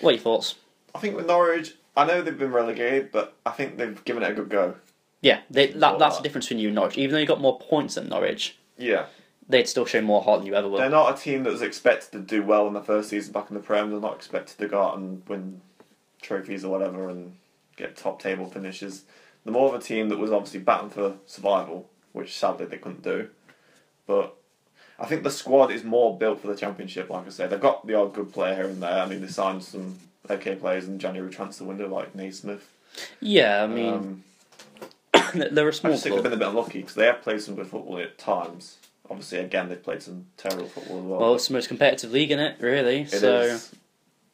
[SPEAKER 1] What are your thoughts?
[SPEAKER 2] I think with Norwich, I know they've been relegated, but I think they've given it a good go.
[SPEAKER 1] Yeah, they, that,
[SPEAKER 2] Well,
[SPEAKER 1] that's
[SPEAKER 2] uh,
[SPEAKER 1] the difference between you and Norwich. Even though you got more points than Norwich,
[SPEAKER 2] Yeah.
[SPEAKER 1] they'd still show more heart than you ever will.
[SPEAKER 2] They're not a team that was expected to do well in the first season back in the Prem. They're not expected to go out and win trophies or whatever and get top table finishes. They're more of a team that was obviously battling for survival, which sadly they couldn't do. But I think the squad is more built for the Championship, like I said. They've got the odd good player here and there. I mean, they signed some okay players in January transfer window, like Naismith.
[SPEAKER 1] Yeah, I mean
[SPEAKER 2] Um,
[SPEAKER 1] [laughs] they're a
[SPEAKER 2] I
[SPEAKER 1] small
[SPEAKER 2] just think they've
[SPEAKER 1] club.
[SPEAKER 2] been a bit unlucky because they have played some good football at times. Obviously, again, they've played some terrible football as well.
[SPEAKER 1] Well, it's the most competitive league in it, really.
[SPEAKER 2] It
[SPEAKER 1] so
[SPEAKER 2] is-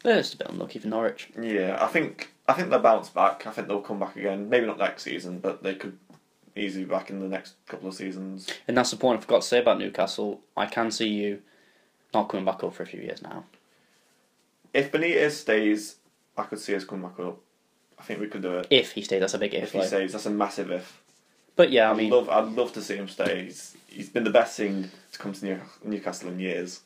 [SPEAKER 1] they're just a bit unlucky for Norwich.
[SPEAKER 2] Yeah, I think I think they'll bounce back. I think they'll come back again. Maybe not next season, but they could easily be back in the next couple of seasons.
[SPEAKER 1] And that's the point I forgot to say about Newcastle. I can see you not coming back up for a few years now.
[SPEAKER 2] If Benitez stays, I could see us coming back up. I think we could do it.
[SPEAKER 1] If he stays, that's a big if.
[SPEAKER 2] If he
[SPEAKER 1] though.
[SPEAKER 2] stays, that's a massive if.
[SPEAKER 1] but yeah, I
[SPEAKER 2] I'd
[SPEAKER 1] mean,
[SPEAKER 2] love I'd love to see him stay. He's, he's been the best thing to come to New, Newcastle in years.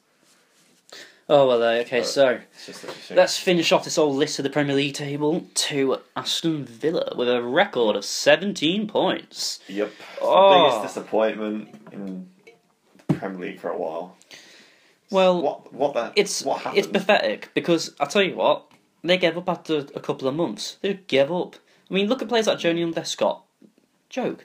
[SPEAKER 1] oh well. Uh, okay,
[SPEAKER 2] But-
[SPEAKER 1] so
[SPEAKER 2] It's just such a shame.
[SPEAKER 1] Let's finish off this whole list of the Premier League table to Aston Villa with a record of 17 points.
[SPEAKER 2] yep.
[SPEAKER 1] Oh.
[SPEAKER 2] The biggest disappointment in the Premier League for a while.
[SPEAKER 1] Well,
[SPEAKER 2] What what the
[SPEAKER 1] it's
[SPEAKER 2] what happened?
[SPEAKER 1] it's pathetic because I tell you what, they gave up after a couple of months. They gave up. I mean, look at players like Joni and Les Scott. Joke.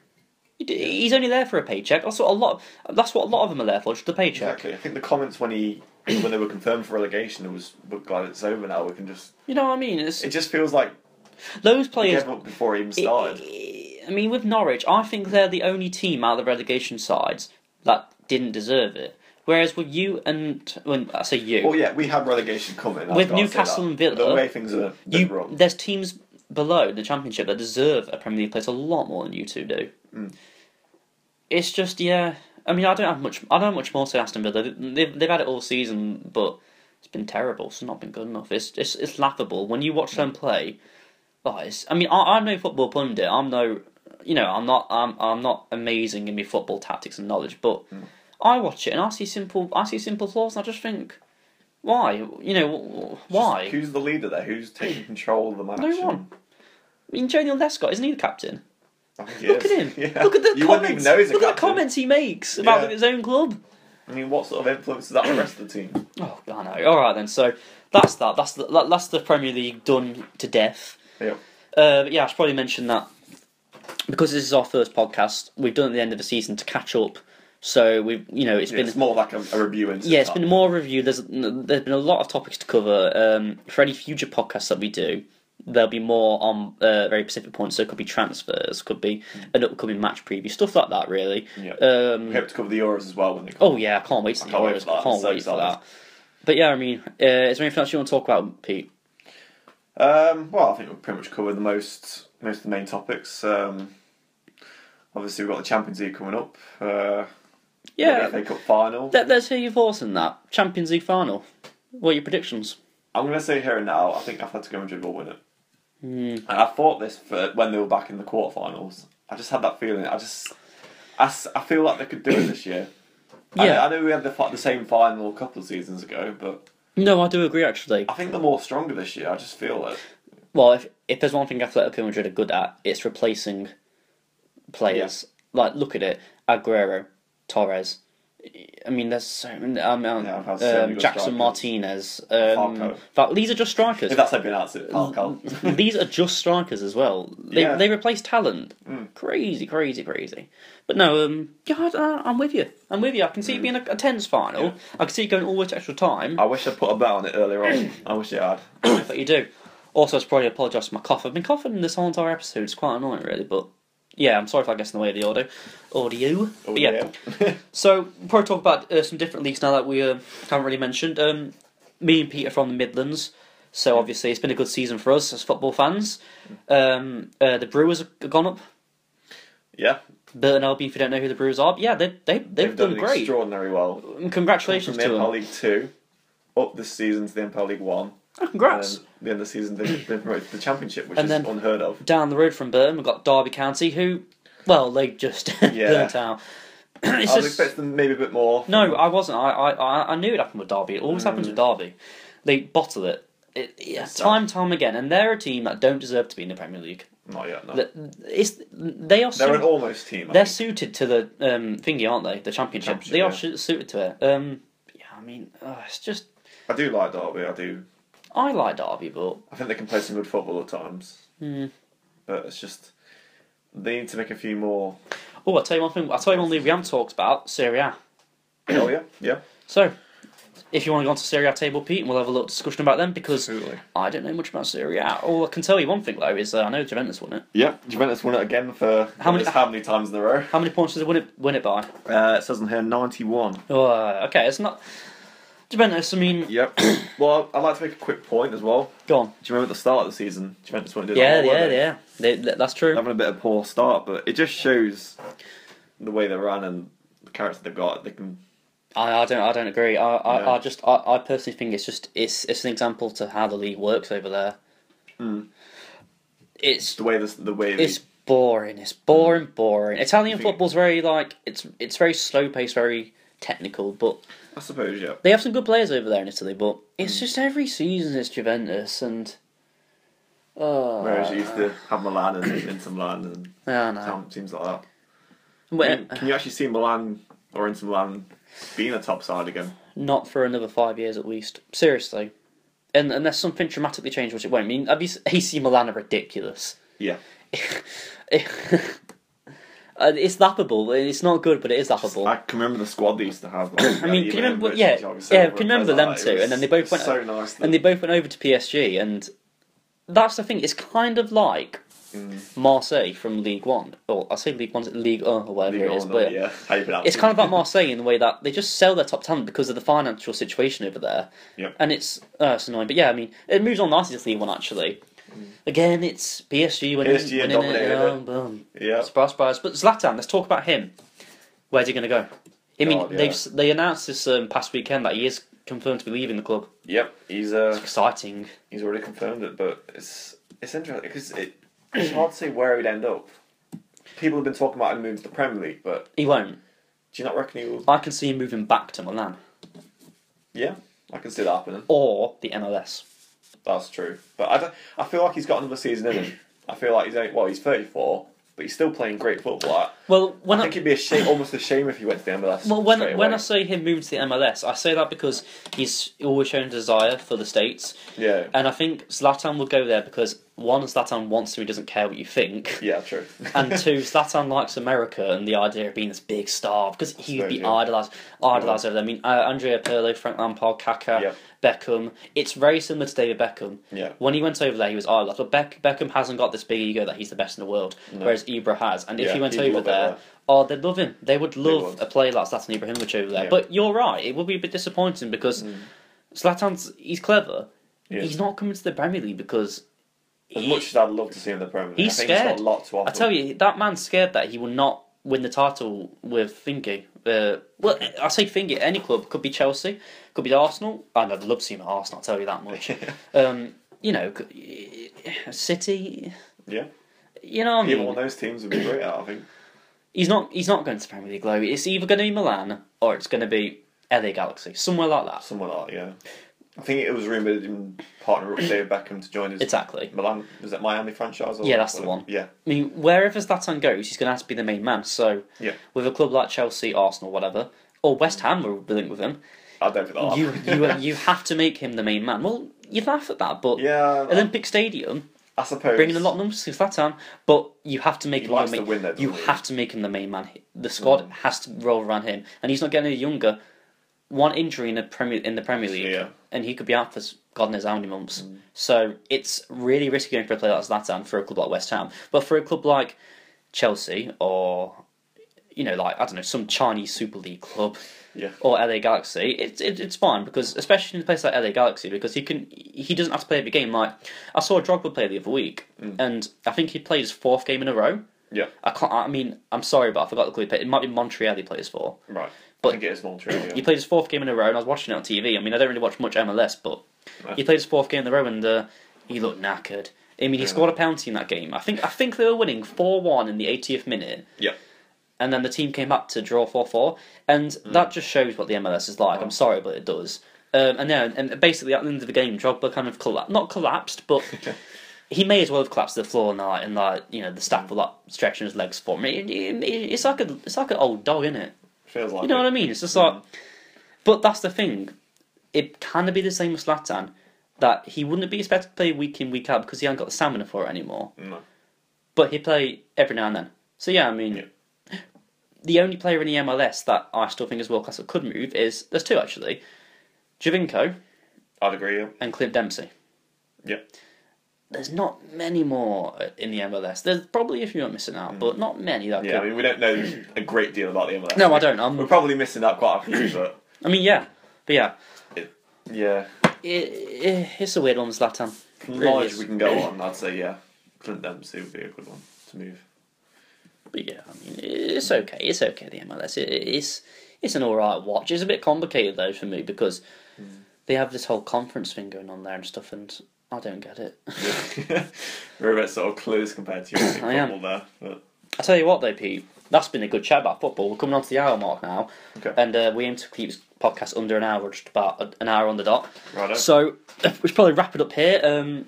[SPEAKER 1] He d- He's only there for a paycheck. That's what a lot. That's what a lot of them are there for, just a paycheck.
[SPEAKER 2] Exactly. I think the comments when he [clears throat] when they were confirmed for relegation it was we're glad it's over now. We can just
[SPEAKER 1] You know what I mean? It's
[SPEAKER 2] it just feels like
[SPEAKER 1] those
[SPEAKER 2] he
[SPEAKER 1] players.
[SPEAKER 2] gave up before he even
[SPEAKER 1] I-
[SPEAKER 2] started.
[SPEAKER 1] I mean, with Norwich, I think they're the only team out of the relegation sides that didn't deserve it. Whereas with you and when I say you,
[SPEAKER 2] Well, yeah, we had relegation coming. I've
[SPEAKER 1] With
[SPEAKER 2] got to say
[SPEAKER 1] Newcastle
[SPEAKER 2] that.
[SPEAKER 1] and Villa,
[SPEAKER 2] the way things are been
[SPEAKER 1] you
[SPEAKER 2] run.
[SPEAKER 1] there's teams below the championship that deserve a Premier League place a lot more than you two do. It's just yeah. I mean, I don't have much. I don't have much more to say Aston Villa. They've they've had it all season, but it's been terrible. It's not been good enough. It's it's, it's laughable when you watch them play. oh, it's- I mean, I, I'm no football pundit. I'm no, you know, I'm not. I'm I'm not amazing in my football tactics and knowledge, but I watch it and I see simple. I see simple flaws, and I just think, why? You know, w- w- why? Hmm.
[SPEAKER 2] Who's the leader there? Who's taking control of the match?
[SPEAKER 1] No one. I mean, Joniel Lescott, isn't he the captain?
[SPEAKER 2] I think he
[SPEAKER 1] Look at him.
[SPEAKER 2] is. [laughs] Yeah.
[SPEAKER 1] Look at the
[SPEAKER 2] you wouldn't even
[SPEAKER 1] comments.
[SPEAKER 2] know he's a
[SPEAKER 1] Look at the
[SPEAKER 2] captain.
[SPEAKER 1] comments he makes about
[SPEAKER 2] Yeah.
[SPEAKER 1] his own club.
[SPEAKER 2] I mean, what sort of influence is that on the rest of the team?
[SPEAKER 1] Oh, I know. All right then. So that's that. That's the, that, that's the Premier League done to death.
[SPEAKER 2] Yeah.
[SPEAKER 1] Uh, but yeah, I should probably mention that because this is our first podcast. We've done it at the end of the season to catch up. So we've, you know, it's
[SPEAKER 2] Yeah,
[SPEAKER 1] been
[SPEAKER 2] it's more like a, a review. into
[SPEAKER 1] yeah, it's
[SPEAKER 2] that.
[SPEAKER 1] been more review. There's there's been a lot of topics to cover. Um, for any future podcasts that we do, there'll be more on uh, very specific points. So it could be transfers, could be an upcoming match preview, stuff like that. Really.
[SPEAKER 2] Yeah. We
[SPEAKER 1] Um,
[SPEAKER 2] hope to cover the Euros as well when they come.
[SPEAKER 1] oh yeah, I can't wait to
[SPEAKER 2] I
[SPEAKER 1] the
[SPEAKER 2] can't wait
[SPEAKER 1] Euros.
[SPEAKER 2] for that.
[SPEAKER 1] I can't
[SPEAKER 2] So
[SPEAKER 1] wait for
[SPEAKER 2] excited.
[SPEAKER 1] that. But yeah, I mean, uh, is there anything else you want to talk about, Pete?
[SPEAKER 2] Um, well, I think we've pretty much covered the most most of the main topics. Um, obviously, we've got the Champions League coming up. Uh,
[SPEAKER 1] Yeah.
[SPEAKER 2] the FA Cup final.
[SPEAKER 1] Let, let's hear your thoughts on that Champions League final. What are your predictions?
[SPEAKER 2] I'm gonna say here and now. I think Atletico Madrid will win it.
[SPEAKER 1] Mm.
[SPEAKER 2] And I thought this for when they were back in the quarterfinals. I just had that feeling. I just, I, s- I feel like they could do it this year. I-
[SPEAKER 1] [coughs] Yeah.
[SPEAKER 2] I, know we had the, fi- the same final a couple of seasons ago, but
[SPEAKER 1] No, I do agree actually.
[SPEAKER 2] I think they're more stronger this year. I just feel it.
[SPEAKER 1] Well, if if there's one thing Atletico Madrid are good at, it's replacing players. Like, look at it: Aguero, Torres. I mean, there's so many. I mean, um,
[SPEAKER 2] Yeah, I've had so many
[SPEAKER 1] um,
[SPEAKER 2] good
[SPEAKER 1] Jackson
[SPEAKER 2] strikers.
[SPEAKER 1] Martinez. Um,
[SPEAKER 2] Falcao.
[SPEAKER 1] Fal- these are just strikers.
[SPEAKER 2] If that's how you pronounce it,
[SPEAKER 1] [laughs]
[SPEAKER 2] Falcao.
[SPEAKER 1] these are just strikers as well. They
[SPEAKER 2] Yeah. Mm.
[SPEAKER 1] they replace talent. Crazy, crazy, crazy. But no, um, yeah, I, I, I'm with you. I'm with you. I can see it being a, a tens final.
[SPEAKER 2] Mm. Yeah.
[SPEAKER 1] I can see it going all the way to extra time.
[SPEAKER 2] I wish I put a bet on it earlier on. [coughs] I wish I had.
[SPEAKER 1] but you do. Also, I should probably apologise for my cough. I've been coughing this whole entire episode. It's quite annoying, really. But yeah, I'm sorry if I guess in the way of the audio. Audio. But yeah.
[SPEAKER 2] [laughs]
[SPEAKER 1] So we'll probably talk about uh, some different leagues now that we uh, haven't really mentioned. Um, me and Peter from the Midlands. So obviously, it's been a good season for us as football fans. Um, uh, the Brewers have gone up.
[SPEAKER 2] Yeah,
[SPEAKER 1] Burton Albion, if you don't know who the Brewers are, yeah, they, they, they've,
[SPEAKER 2] they've, done,
[SPEAKER 1] done, great.
[SPEAKER 2] extraordinary well.
[SPEAKER 1] Congratulations
[SPEAKER 2] From
[SPEAKER 1] to
[SPEAKER 2] the Empire
[SPEAKER 1] them.
[SPEAKER 2] League Two, up this season to the Empire League One.
[SPEAKER 1] Oh,
[SPEAKER 2] And
[SPEAKER 1] congrats.
[SPEAKER 2] then the end of the season, they, they promoted to the championship, which
[SPEAKER 1] And
[SPEAKER 2] is
[SPEAKER 1] then-
[SPEAKER 2] unheard of.
[SPEAKER 1] Down the road from Burton, we've got Derby County, who, well, they just [laughs]
[SPEAKER 2] Yeah.
[SPEAKER 1] burnt out. [clears throat] it's
[SPEAKER 2] I was
[SPEAKER 1] just-
[SPEAKER 2] expecting maybe a bit more.
[SPEAKER 1] No, I wasn't. I, I, I- I knew it happened with Derby. It always happens with
[SPEAKER 2] Mm.
[SPEAKER 1] Derby. They bottle it. It- yeah,
[SPEAKER 2] So-
[SPEAKER 1] time, time again, and they're a team that don't deserve to be in the Premier League.
[SPEAKER 2] Not yet. No.
[SPEAKER 1] That- It's they are
[SPEAKER 2] They're an
[SPEAKER 1] su-
[SPEAKER 2] almost team. I
[SPEAKER 1] they're
[SPEAKER 2] think.
[SPEAKER 1] suited to the um, thingy, aren't they? The championship.
[SPEAKER 2] Championship,
[SPEAKER 1] they are
[SPEAKER 2] yeah.
[SPEAKER 1] su- suited to it. Um, yeah, I mean, uh, it's just
[SPEAKER 2] I do like Derby. I do.
[SPEAKER 1] I like Derby, but
[SPEAKER 2] I think they can play some good football at times,
[SPEAKER 1] hmm.
[SPEAKER 2] but it's just they need to make a few more.
[SPEAKER 1] oh, I will tell you one thing. I will tell you one league we haven't talked about Serie A.
[SPEAKER 2] oh yeah, yeah,
[SPEAKER 1] So, if you want to go onto Serie A table, Pete, and we'll have a little discussion about them because
[SPEAKER 2] absolutely.
[SPEAKER 1] I don't know much about Serie A. All I can tell you one thing though is uh, I know Juventus won it.
[SPEAKER 2] Yeah, Juventus won it again for
[SPEAKER 1] How many-
[SPEAKER 2] goodness, how many times in a row?
[SPEAKER 1] How many points did they win it win it by?
[SPEAKER 2] Uh, it says on here ninety-one.
[SPEAKER 1] Uh, okay, it's not. Juventus, I mean,
[SPEAKER 2] [coughs] Yep. well, I'd like to make a quick point as well.
[SPEAKER 1] go on.
[SPEAKER 2] Do you remember at the start of the season, Juventus weren't doing
[SPEAKER 1] Yeah,
[SPEAKER 2] that well,
[SPEAKER 1] yeah,
[SPEAKER 2] were they?
[SPEAKER 1] yeah. They, th- that's true.
[SPEAKER 2] Having a bit of a poor start, but it just shows the way they run and the character they've got. They can.
[SPEAKER 1] I, I don't, I don't agree. I, I,
[SPEAKER 2] No.
[SPEAKER 1] I just, I, I personally think it's just, it's, it's an example to how the league works over there.
[SPEAKER 2] Mm.
[SPEAKER 1] It's,
[SPEAKER 2] The way this, the way
[SPEAKER 1] it's
[SPEAKER 2] they-
[SPEAKER 1] boring. It's boring, boring. Italian
[SPEAKER 2] Think-
[SPEAKER 1] football's very like, it's, it's very slow paced, very technical, but
[SPEAKER 2] I suppose, yeah.
[SPEAKER 1] They have some good players over there in Italy, but it's
[SPEAKER 2] Hmm.
[SPEAKER 1] just every season it's Juventus and. Oh,
[SPEAKER 2] Whereas you used to have Milan and [clears throat] Inter Milan and
[SPEAKER 1] I know. uh,
[SPEAKER 2] some teams like that. I mean,
[SPEAKER 1] Wait,
[SPEAKER 2] can you actually see Milan or Inter Milan being a top side again?
[SPEAKER 1] not for another five years at least. Seriously. And unless something dramatically changes, which it won't. I mean, have you s- AC Milan are ridiculous. [laughs]
[SPEAKER 2] Yeah.
[SPEAKER 1] Uh, it's lappable. It's not good, but it is lappable.
[SPEAKER 2] I can remember the squad they used to have. Like,
[SPEAKER 1] [coughs] I mean,
[SPEAKER 2] Ivan
[SPEAKER 1] can you remember-
[SPEAKER 2] Ibrahimovic,
[SPEAKER 1] yeah,
[SPEAKER 2] Thiago
[SPEAKER 1] yeah, can
[SPEAKER 2] Silva,
[SPEAKER 1] you remember
[SPEAKER 2] players like
[SPEAKER 1] them
[SPEAKER 2] that.
[SPEAKER 1] two?
[SPEAKER 2] It
[SPEAKER 1] And then they
[SPEAKER 2] was
[SPEAKER 1] both went-
[SPEAKER 2] So nice.
[SPEAKER 1] and they both went over to PSG, and that's the thing. It's kind of like
[SPEAKER 2] Hmm.
[SPEAKER 1] Marseille from League One, or I say League One, League One, or whatever it is. but
[SPEAKER 2] yeah, how you pronounce
[SPEAKER 1] it's kind of like Marseille in the way that they just sell their top talent because of the financial situation over there.
[SPEAKER 2] Yep.
[SPEAKER 1] And it's uh, it's annoying, but yeah, I mean, it moves on nicely to League One actually. Again, it's PSG winning,
[SPEAKER 2] PSG
[SPEAKER 1] winning it,
[SPEAKER 2] dominated
[SPEAKER 1] you know, boom.
[SPEAKER 2] yeah.
[SPEAKER 1] Surprise, surprise. But Zlatan, let's talk about him. Where's he going to go? I mean,
[SPEAKER 2] God, yeah.
[SPEAKER 1] they've s- they announced this um, past weekend that he is confirmed to be leaving the club.
[SPEAKER 2] Yep, he's
[SPEAKER 1] It's
[SPEAKER 2] uh,
[SPEAKER 1] exciting.
[SPEAKER 2] he's already confirmed it, but it's it's interesting because it, it's hard to say where he'd end up. People have been talking about him moving to the Premier League, but
[SPEAKER 1] He won't.
[SPEAKER 2] do you not reckon he will?
[SPEAKER 1] I can see him moving back to Milan
[SPEAKER 2] Yeah, I can see that happening.
[SPEAKER 1] or the MLS.
[SPEAKER 2] That's true, but I don't, I feel like he's got another season in him. I feel like he's only, well, he's thirty four, but he's still playing great football. I,
[SPEAKER 1] Well, when
[SPEAKER 2] I
[SPEAKER 1] I,
[SPEAKER 2] think it'd be a shame, almost a shame, if he went to the MLS.
[SPEAKER 1] Well, when
[SPEAKER 2] straight
[SPEAKER 1] when I
[SPEAKER 2] away.
[SPEAKER 1] say him moving to the MLS, I say that because he's always shown a desire for the states,
[SPEAKER 2] yeah,
[SPEAKER 1] and I think Zlatan will go there because one, Zlatan wants to, he doesn't care what you think,
[SPEAKER 2] yeah, true.
[SPEAKER 1] and two, Zlatan likes America and the idea of being this big star because he would be
[SPEAKER 2] Yeah.
[SPEAKER 1] idolized, idolized over there. I mean, uh, Andrea Pirlo, Frank Lampard, Kaká,
[SPEAKER 2] Yep.
[SPEAKER 1] Beckham. It's very similar to David Beckham.
[SPEAKER 2] yeah,
[SPEAKER 1] When he went over there, he was idolized, but Beck, Beckham hasn't got this big ego that he's the best in the world,
[SPEAKER 2] No.
[SPEAKER 1] whereas Ibra has. And if
[SPEAKER 2] Yeah,
[SPEAKER 1] he went
[SPEAKER 2] he'd
[SPEAKER 1] over
[SPEAKER 2] love it
[SPEAKER 1] there,
[SPEAKER 2] there.
[SPEAKER 1] oh, they'd love him. They would love
[SPEAKER 2] would.
[SPEAKER 1] a player like Zlatan Ibrahimovic over there.
[SPEAKER 2] Yeah. Mm.
[SPEAKER 1] But you're right; it would be a bit disappointing because Zlatan's he's clever.
[SPEAKER 2] He is.
[SPEAKER 1] He's not coming to the Premier League because
[SPEAKER 2] [laughs] as
[SPEAKER 1] he-
[SPEAKER 2] much as I'd love to see him in the Premier League,
[SPEAKER 1] He's
[SPEAKER 2] I think
[SPEAKER 1] scared.
[SPEAKER 2] he's got a lot to offer.
[SPEAKER 1] I tell you, that man's scared that he will not win the title with Thingy. Uh, well, I say Thingy,
[SPEAKER 2] [laughs]
[SPEAKER 1] any club. Could be Chelsea, could be Arsenal. And I'd love to see him at Arsenal, I'll tell you that much. um, you know, c- City.
[SPEAKER 2] Yeah.
[SPEAKER 1] You know what I
[SPEAKER 2] Either
[SPEAKER 1] mean?
[SPEAKER 2] one of those teams would be great at, I think.
[SPEAKER 1] He's not. He's not going to Premier League low. It's either going to be Milan or it's going to be LA Galaxy, somewhere like that.
[SPEAKER 2] Someone like, that, yeah. I think it was rumoured in partner up with David Beckham to join his
[SPEAKER 1] Exactly.
[SPEAKER 2] Milan, was that Miami franchise? Or
[SPEAKER 1] Yeah, that's the
[SPEAKER 2] whatever?
[SPEAKER 1] one.
[SPEAKER 2] Yeah.
[SPEAKER 1] I mean, wherever Zlatan goes, he's going to have to be the main man. So,
[SPEAKER 2] Yeah.
[SPEAKER 1] with a club like Chelsea, Arsenal, whatever, or West Ham were linked with him,
[SPEAKER 2] I don't think that'll
[SPEAKER 1] you
[SPEAKER 2] happen.
[SPEAKER 1] you uh, you have to make him the main man. Well, you laugh at that, but
[SPEAKER 2] [laughs] Yeah, I-
[SPEAKER 1] Olympic Stadium
[SPEAKER 2] I suppose.
[SPEAKER 1] bringing a lot of numbers to Zlatan, but you have to make
[SPEAKER 2] He
[SPEAKER 1] him your
[SPEAKER 2] likes
[SPEAKER 1] main,
[SPEAKER 2] to win though, doesn't
[SPEAKER 1] You
[SPEAKER 2] he? Mm.
[SPEAKER 1] have to make him the main man. The squad has to roll around him, and he's not getting any younger. One injury in the Premier in the Premier League,
[SPEAKER 2] Yeah. Mm.
[SPEAKER 1] and he could be out for s- God knows how many months. So it's really risky going for a player like Zlatan for a club like West Ham, but for a club like Chelsea or you know, like I don't know, some Chinese Super League club
[SPEAKER 2] Yeah.
[SPEAKER 1] or LA Galaxy, it's it, it's fine because especially in a place like LA Galaxy, because he can he doesn't have to play every game. Like I saw Drogba play the other week,
[SPEAKER 2] Mm.
[SPEAKER 1] and I think he played his fourth game in a row.
[SPEAKER 2] Yeah.
[SPEAKER 1] I can't. I mean, I'm sorry, but I forgot the club he played. It might be Montreal he plays for.
[SPEAKER 2] Right.
[SPEAKER 1] But-
[SPEAKER 2] I think it is Montreal.
[SPEAKER 1] He
[SPEAKER 2] Yeah.
[SPEAKER 1] played his fourth game in a row, and I was watching it on TV. I mean, I don't really watch much MLS, but
[SPEAKER 2] Right.
[SPEAKER 1] he played his fourth game in a row, and uh, he looked knackered. I mean, he scored a penalty in that game. I think I think they were winning four one in the 80th minute,
[SPEAKER 2] yeah.
[SPEAKER 1] and then the team came back to draw 4 4. And
[SPEAKER 2] Hmm.
[SPEAKER 1] that just shows what the MLS is like. I'm sorry, but it does. Um, and yeah, and basically at the end of the game, Drogba kind of collapsed. Not collapsed,
[SPEAKER 2] [laughs]
[SPEAKER 1] but he may as well have collapsed to the floor and like, and like you know, the
[SPEAKER 2] Hmm.
[SPEAKER 1] staff were like stretching his legs for him. It- it- it- it's like a, it's like an old dog, isn't it?
[SPEAKER 2] Feels like
[SPEAKER 1] You know
[SPEAKER 2] it. Hmm.
[SPEAKER 1] what I mean? It's just like, but that's the thing. It kind of be the same with Slatan that he wouldn't be expected to play week in week out because he hasn't got the stamina for it anymore.
[SPEAKER 2] Mm, No.
[SPEAKER 1] But he play every now and then. So yeah, I mean, the only player in the MLS that I still think is world class that could move is there's two actually, Javinko
[SPEAKER 2] I'd agree. Yeah.
[SPEAKER 1] and Clint Dempsey.
[SPEAKER 2] yeah.
[SPEAKER 1] There's not many more uh, in the MLS. There's probably a few I'm missing out, but not many that
[SPEAKER 2] Mm. Yeah, I
[SPEAKER 1] could.
[SPEAKER 2] mean, we don't know a great deal about the MLS.
[SPEAKER 1] No, I don't. I'm-
[SPEAKER 2] We're probably missing out quite a few, but
[SPEAKER 1] I mean, yeah, but yeah,
[SPEAKER 2] yeah,
[SPEAKER 1] it, it, it's a weird one, Zlatan. It really
[SPEAKER 2] large
[SPEAKER 1] is.
[SPEAKER 2] we can go on. I'd say yeah, Clint Dempsey would be a good one
[SPEAKER 1] [laughs]
[SPEAKER 2] to move. [laughs]
[SPEAKER 1] But yeah, I mean, it's okay. It's okay. The MLS, it, it's it's an all right watch. It's a bit complicated though for me because
[SPEAKER 2] Hmm.
[SPEAKER 1] they have this whole conference thing going on there and stuff, and I don't get it. [laughs]
[SPEAKER 2] We're a bit sort of clueless compared to your team
[SPEAKER 1] I am.
[SPEAKER 2] football there, but
[SPEAKER 1] I tell you what, though, Pete, that's been a good chat about football. We're coming on to the hour mark now,
[SPEAKER 2] Okay.
[SPEAKER 1] and uh, we aim to keep this podcast under an hour, just about a- an hour on the dot.
[SPEAKER 2] Righto.
[SPEAKER 1] So [laughs] we should probably wrap it up here. Um,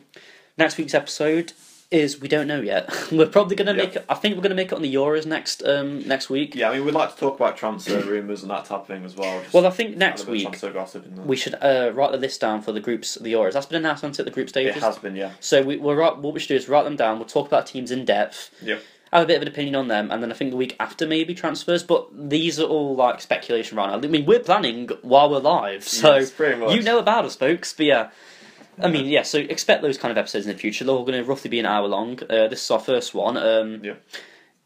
[SPEAKER 1] next week's episode is we don't know yet. [laughs] we're probably going to
[SPEAKER 2] Yeah.
[SPEAKER 1] make. it- I think we're going to make it on the Euros next um, next week.
[SPEAKER 2] yeah, I mean, we'd like to talk
[SPEAKER 1] [clears throat]
[SPEAKER 2] about transfer rumours and that type of thing as well. Just
[SPEAKER 1] Well, I think
[SPEAKER 2] a
[SPEAKER 1] next
[SPEAKER 2] bit of
[SPEAKER 1] week
[SPEAKER 2] transfer gossip and that.
[SPEAKER 1] we should uh, write the list down for the groups, the Euros. That's been announced hasn't it, the group
[SPEAKER 2] it
[SPEAKER 1] stages.
[SPEAKER 2] has been yeah,
[SPEAKER 1] So we, we'll write, what we should do is write them down. We'll talk about teams in depth.
[SPEAKER 2] yep,
[SPEAKER 1] I have a bit of an opinion on them, and then I think the week after maybe transfers. But these are all like speculation right now. I mean, we're planning while we're live, so
[SPEAKER 2] Yes, pretty much.
[SPEAKER 1] you know about us, folks. But yeah, I mean, yeah. So expect those kind of episodes in the future. They're all going to roughly be an hour long. Uh, this is our first one. Um,
[SPEAKER 2] yep.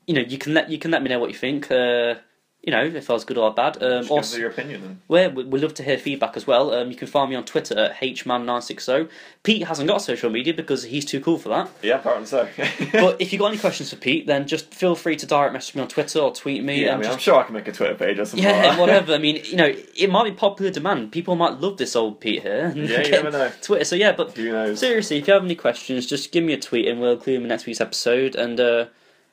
[SPEAKER 1] You know, you can let you can let me know what you think. Uh, you know, if I was good or bad. Um,
[SPEAKER 2] Just
[SPEAKER 1] or
[SPEAKER 2] give us your opinion. And
[SPEAKER 1] where we- we'd love to hear feedback as well. Um, you can find me on Twitter at hman960. Pete hasn't got social media because he's too cool for that.
[SPEAKER 2] [laughs] yeah, apparently so.
[SPEAKER 1] But if you've got any questions for Pete, then just feel free to direct message me on Twitter or tweet me.
[SPEAKER 2] yeah, I
[SPEAKER 1] and
[SPEAKER 2] mean, I'm
[SPEAKER 1] just,
[SPEAKER 2] sure I can make a Twitter page or something. like
[SPEAKER 1] [laughs] yeah,
[SPEAKER 2] that.
[SPEAKER 1] whatever. I mean, you know, it might be popular demand. People might love this old Pete here.
[SPEAKER 2] [laughs] Yeah,
[SPEAKER 1] [laughs]
[SPEAKER 2] you never know.
[SPEAKER 1] Twitter. So yeah, but
[SPEAKER 2] Who knows?
[SPEAKER 1] seriously, if you have any questions, just give me a tweet and we'll include them in next week's episode. And uh,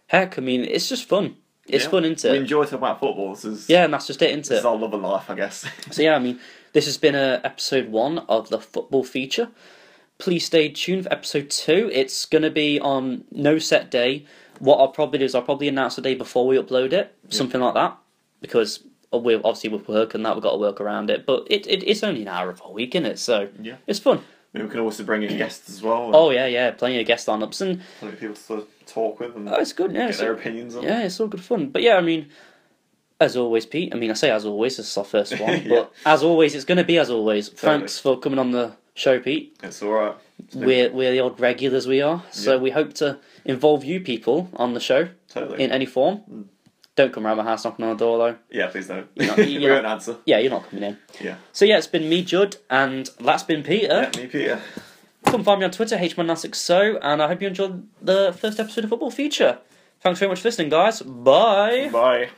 [SPEAKER 1] heck, I mean, it's just fun. It's
[SPEAKER 2] Yeah.
[SPEAKER 1] fun, isn't
[SPEAKER 2] We
[SPEAKER 1] it?
[SPEAKER 2] enjoy talking about football. This is
[SPEAKER 1] yeah, and that's just it, isn't
[SPEAKER 2] this
[SPEAKER 1] it?
[SPEAKER 2] is our love of life, I guess. [laughs]
[SPEAKER 1] So yeah, I mean, this has been uh, episode one of the football feature. Please stay tuned for episode two. It's gonna be on no set day. What I'll probably do is I'll probably announce the day before we upload it, something like that, because we obviously with work and that we've got to work around it. But it, it it's only an hour of a week, isn't it? So
[SPEAKER 2] Yeah.
[SPEAKER 1] it's fun.
[SPEAKER 2] I mean, we can also bring in guests as well. And
[SPEAKER 1] Oh yeah, yeah, plenty of guest lineups and
[SPEAKER 2] plenty of people to sort of talk with and
[SPEAKER 1] oh, it's good. Yeah,
[SPEAKER 2] get their
[SPEAKER 1] so,
[SPEAKER 2] opinions on.
[SPEAKER 1] yeah, it's all good fun. But yeah, I mean. As always, Pete. I mean, I say as always, this is our first one,
[SPEAKER 2] [laughs] Yeah.
[SPEAKER 1] but as always, it's going to be as always.
[SPEAKER 2] Totally.
[SPEAKER 1] Thanks for coming on the show, Pete.
[SPEAKER 2] It's all right.
[SPEAKER 1] we're we're the old regulars we are. So
[SPEAKER 2] Yeah.
[SPEAKER 1] we hope to involve you people on the show
[SPEAKER 2] Totally.
[SPEAKER 1] in any form.
[SPEAKER 2] Mm.
[SPEAKER 1] Don't come round my house knocking on the door though.
[SPEAKER 2] yeah, please don't.
[SPEAKER 1] know,
[SPEAKER 2] [laughs] we
[SPEAKER 1] you know-
[SPEAKER 2] won't answer.
[SPEAKER 1] Yeah, you're not coming in.
[SPEAKER 2] Yeah.
[SPEAKER 1] So yeah, it's been me, Judd, and that's been Peter.
[SPEAKER 2] Yeah, me, Peter.
[SPEAKER 1] Come find me on Twitter, hman6so, and I hope you enjoyed the first episode of Football Feature. Thanks very much for listening, guys. Bye.
[SPEAKER 2] Bye.